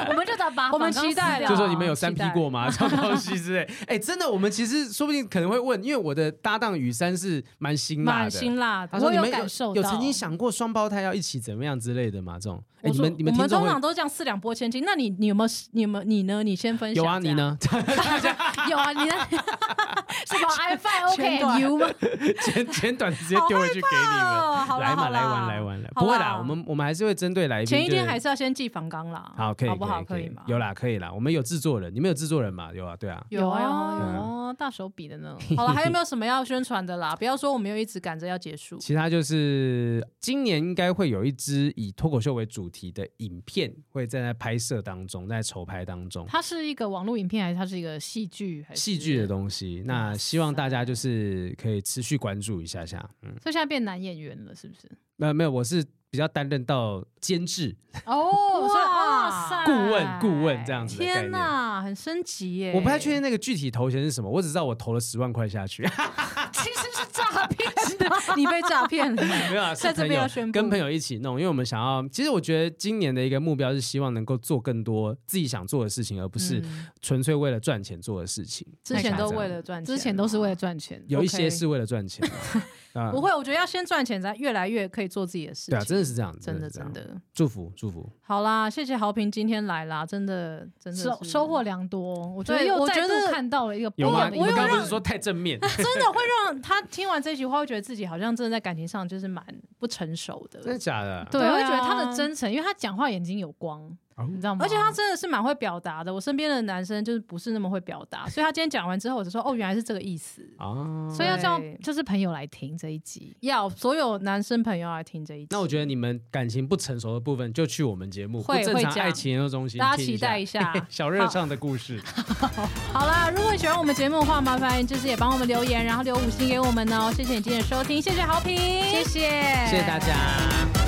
[SPEAKER 1] 我们就把把
[SPEAKER 3] 我们
[SPEAKER 1] 反纲撕
[SPEAKER 3] 期待
[SPEAKER 1] 掉啊
[SPEAKER 3] 了
[SPEAKER 2] 就说你们有
[SPEAKER 3] 期
[SPEAKER 2] 三 P
[SPEAKER 3] 待
[SPEAKER 2] 过吗？这种东西之类。哎、真的，我们其实说不定可能会问，因为我的搭档雨珊是蛮辛辣
[SPEAKER 3] 蛮
[SPEAKER 2] 的。
[SPEAKER 3] 辛辣
[SPEAKER 2] 他
[SPEAKER 3] 的，
[SPEAKER 2] 说
[SPEAKER 1] 我
[SPEAKER 2] 你
[SPEAKER 1] 有
[SPEAKER 2] 们
[SPEAKER 1] 感受
[SPEAKER 2] 有
[SPEAKER 1] 到
[SPEAKER 2] 曾经想过双胞胎要一起怎么样之类的吗？这种，哎、
[SPEAKER 3] 我
[SPEAKER 2] 你
[SPEAKER 3] 说
[SPEAKER 2] 们你们
[SPEAKER 3] 我
[SPEAKER 2] 听
[SPEAKER 3] 们
[SPEAKER 2] 众
[SPEAKER 3] 通
[SPEAKER 2] 会
[SPEAKER 3] 常都这样四两拨千斤。那你你有没有你有没有你呢？你先分享。
[SPEAKER 2] 有啊？
[SPEAKER 3] 这
[SPEAKER 2] 你
[SPEAKER 3] 样？
[SPEAKER 2] 呢？
[SPEAKER 1] 有啊，你那什么 iPhone
[SPEAKER 3] 全短
[SPEAKER 1] OK U 吗？
[SPEAKER 2] 简简短直接丢回去给 你们，
[SPEAKER 3] 哦，好啦
[SPEAKER 2] 来嘛，
[SPEAKER 3] 好
[SPEAKER 2] 来
[SPEAKER 3] 啦
[SPEAKER 2] 玩来玩来，
[SPEAKER 3] 好
[SPEAKER 2] 不会
[SPEAKER 3] 啦
[SPEAKER 2] 啦，我们我们还是会针对来宾，
[SPEAKER 3] 前一
[SPEAKER 2] 就是
[SPEAKER 3] 天还是要先寄房纲啦，
[SPEAKER 2] 好，可以，
[SPEAKER 3] 不好？
[SPEAKER 2] 可
[SPEAKER 3] 以
[SPEAKER 2] 以
[SPEAKER 3] 吗？
[SPEAKER 2] 有啦，可以啦，我们有制作人，你们有制作人嘛？有啊，对啊，
[SPEAKER 3] 有啊有
[SPEAKER 2] 对
[SPEAKER 3] 啊
[SPEAKER 2] 啊
[SPEAKER 1] 有啊，大手笔的呢。
[SPEAKER 3] 有啊。好了，还有没有什么要宣传的啦？不要说我们又一直赶着要结束。
[SPEAKER 2] 其他就是今年应该会有一支以脱口秀为主题的影片会正在拍摄当中，在筹拍当中。
[SPEAKER 1] 它是一个网络影片，还是它是一个戏剧？还是
[SPEAKER 2] 戏剧的东西，那希望大家就是可以持续关注一下下。嗯，
[SPEAKER 1] 所以现在变男演员了，是不是？
[SPEAKER 2] 那没有，我是比较担任到监制、
[SPEAKER 1] 哦，所以
[SPEAKER 3] 哇
[SPEAKER 1] 哇塞，
[SPEAKER 2] 顾问、顾问这样子的概
[SPEAKER 3] 哎
[SPEAKER 2] 念。
[SPEAKER 3] 天哪，哎很升级耶！
[SPEAKER 2] 我不太确定那个具体头衔是什么，我只知道我投了十万块下 去，
[SPEAKER 1] 其实是诈骗。
[SPEAKER 3] 定 你被诈骗了。
[SPEAKER 2] 没有啊，是
[SPEAKER 3] 在这
[SPEAKER 2] 朋
[SPEAKER 3] 边
[SPEAKER 2] 友
[SPEAKER 3] 要宣布
[SPEAKER 2] 跟朋友一起弄，因为我们想要，其实我觉得今年的一个目标是希望能够做更多自己想做的事情，而不是
[SPEAKER 3] 嗯
[SPEAKER 2] 纯粹为了赚钱做的事情。
[SPEAKER 3] 之前都
[SPEAKER 2] 太
[SPEAKER 3] 为
[SPEAKER 2] 夸张了
[SPEAKER 3] 了赚钱，
[SPEAKER 1] 之前都是为了赚钱，
[SPEAKER 2] 有一些
[SPEAKER 3] OK
[SPEAKER 2] 是为了赚钱啊啊
[SPEAKER 3] 不会，我觉得要先赚钱，才越来越可以做自己的事情。
[SPEAKER 2] 对啊，真的是这样，
[SPEAKER 3] 真的
[SPEAKER 2] 是这样
[SPEAKER 3] 真，的。
[SPEAKER 2] 祝福祝福。
[SPEAKER 3] 好啦，谢谢豪平今天来啦，真的真的
[SPEAKER 1] 收
[SPEAKER 3] 是
[SPEAKER 1] 收获良多。我觉得
[SPEAKER 3] 对
[SPEAKER 1] 又
[SPEAKER 3] 我
[SPEAKER 1] 再
[SPEAKER 3] 觉
[SPEAKER 1] 度
[SPEAKER 3] 得
[SPEAKER 1] 看到了一个
[SPEAKER 2] 有
[SPEAKER 1] 不
[SPEAKER 2] 吗？
[SPEAKER 1] 一样的
[SPEAKER 2] 你
[SPEAKER 1] 一
[SPEAKER 2] 们
[SPEAKER 1] 面
[SPEAKER 2] 刚刚不是说太正面？
[SPEAKER 3] 真的会让他听完这句话，会觉得自己好像真的在感情上就是蛮不成熟的。
[SPEAKER 2] 真的假的？
[SPEAKER 1] 对，
[SPEAKER 3] 对啊
[SPEAKER 1] 我会觉得他的真诚，因为他讲话眼睛有光，
[SPEAKER 2] 哦
[SPEAKER 1] 你知道吗？
[SPEAKER 3] 而且他真的是蛮会表达的，我身边的男生就是不是那么会表达，所以他今天讲完之后，我就说哦，原来是这个意思。
[SPEAKER 2] 啊，
[SPEAKER 1] 所以要叫
[SPEAKER 3] 对
[SPEAKER 1] 就是朋友来听这一集。
[SPEAKER 3] 要所有男生朋友来听这一集，
[SPEAKER 2] 那我觉得你们感情不成熟的部分，就去我们节目《
[SPEAKER 3] 会
[SPEAKER 2] 不正
[SPEAKER 3] 会
[SPEAKER 2] 常
[SPEAKER 3] 讲
[SPEAKER 2] 爱情研究中心》，
[SPEAKER 3] 大家期待
[SPEAKER 2] 一
[SPEAKER 3] 一
[SPEAKER 2] 下
[SPEAKER 3] 下。
[SPEAKER 2] 小热唱的故事。
[SPEAKER 3] 好啦，如果你喜欢我们节目的话，麻烦就是也帮我们留言，然后留五星给我们哦。谢谢你今天的收听，谢谢好评，
[SPEAKER 1] 谢谢，
[SPEAKER 3] 哎
[SPEAKER 2] 谢谢大家。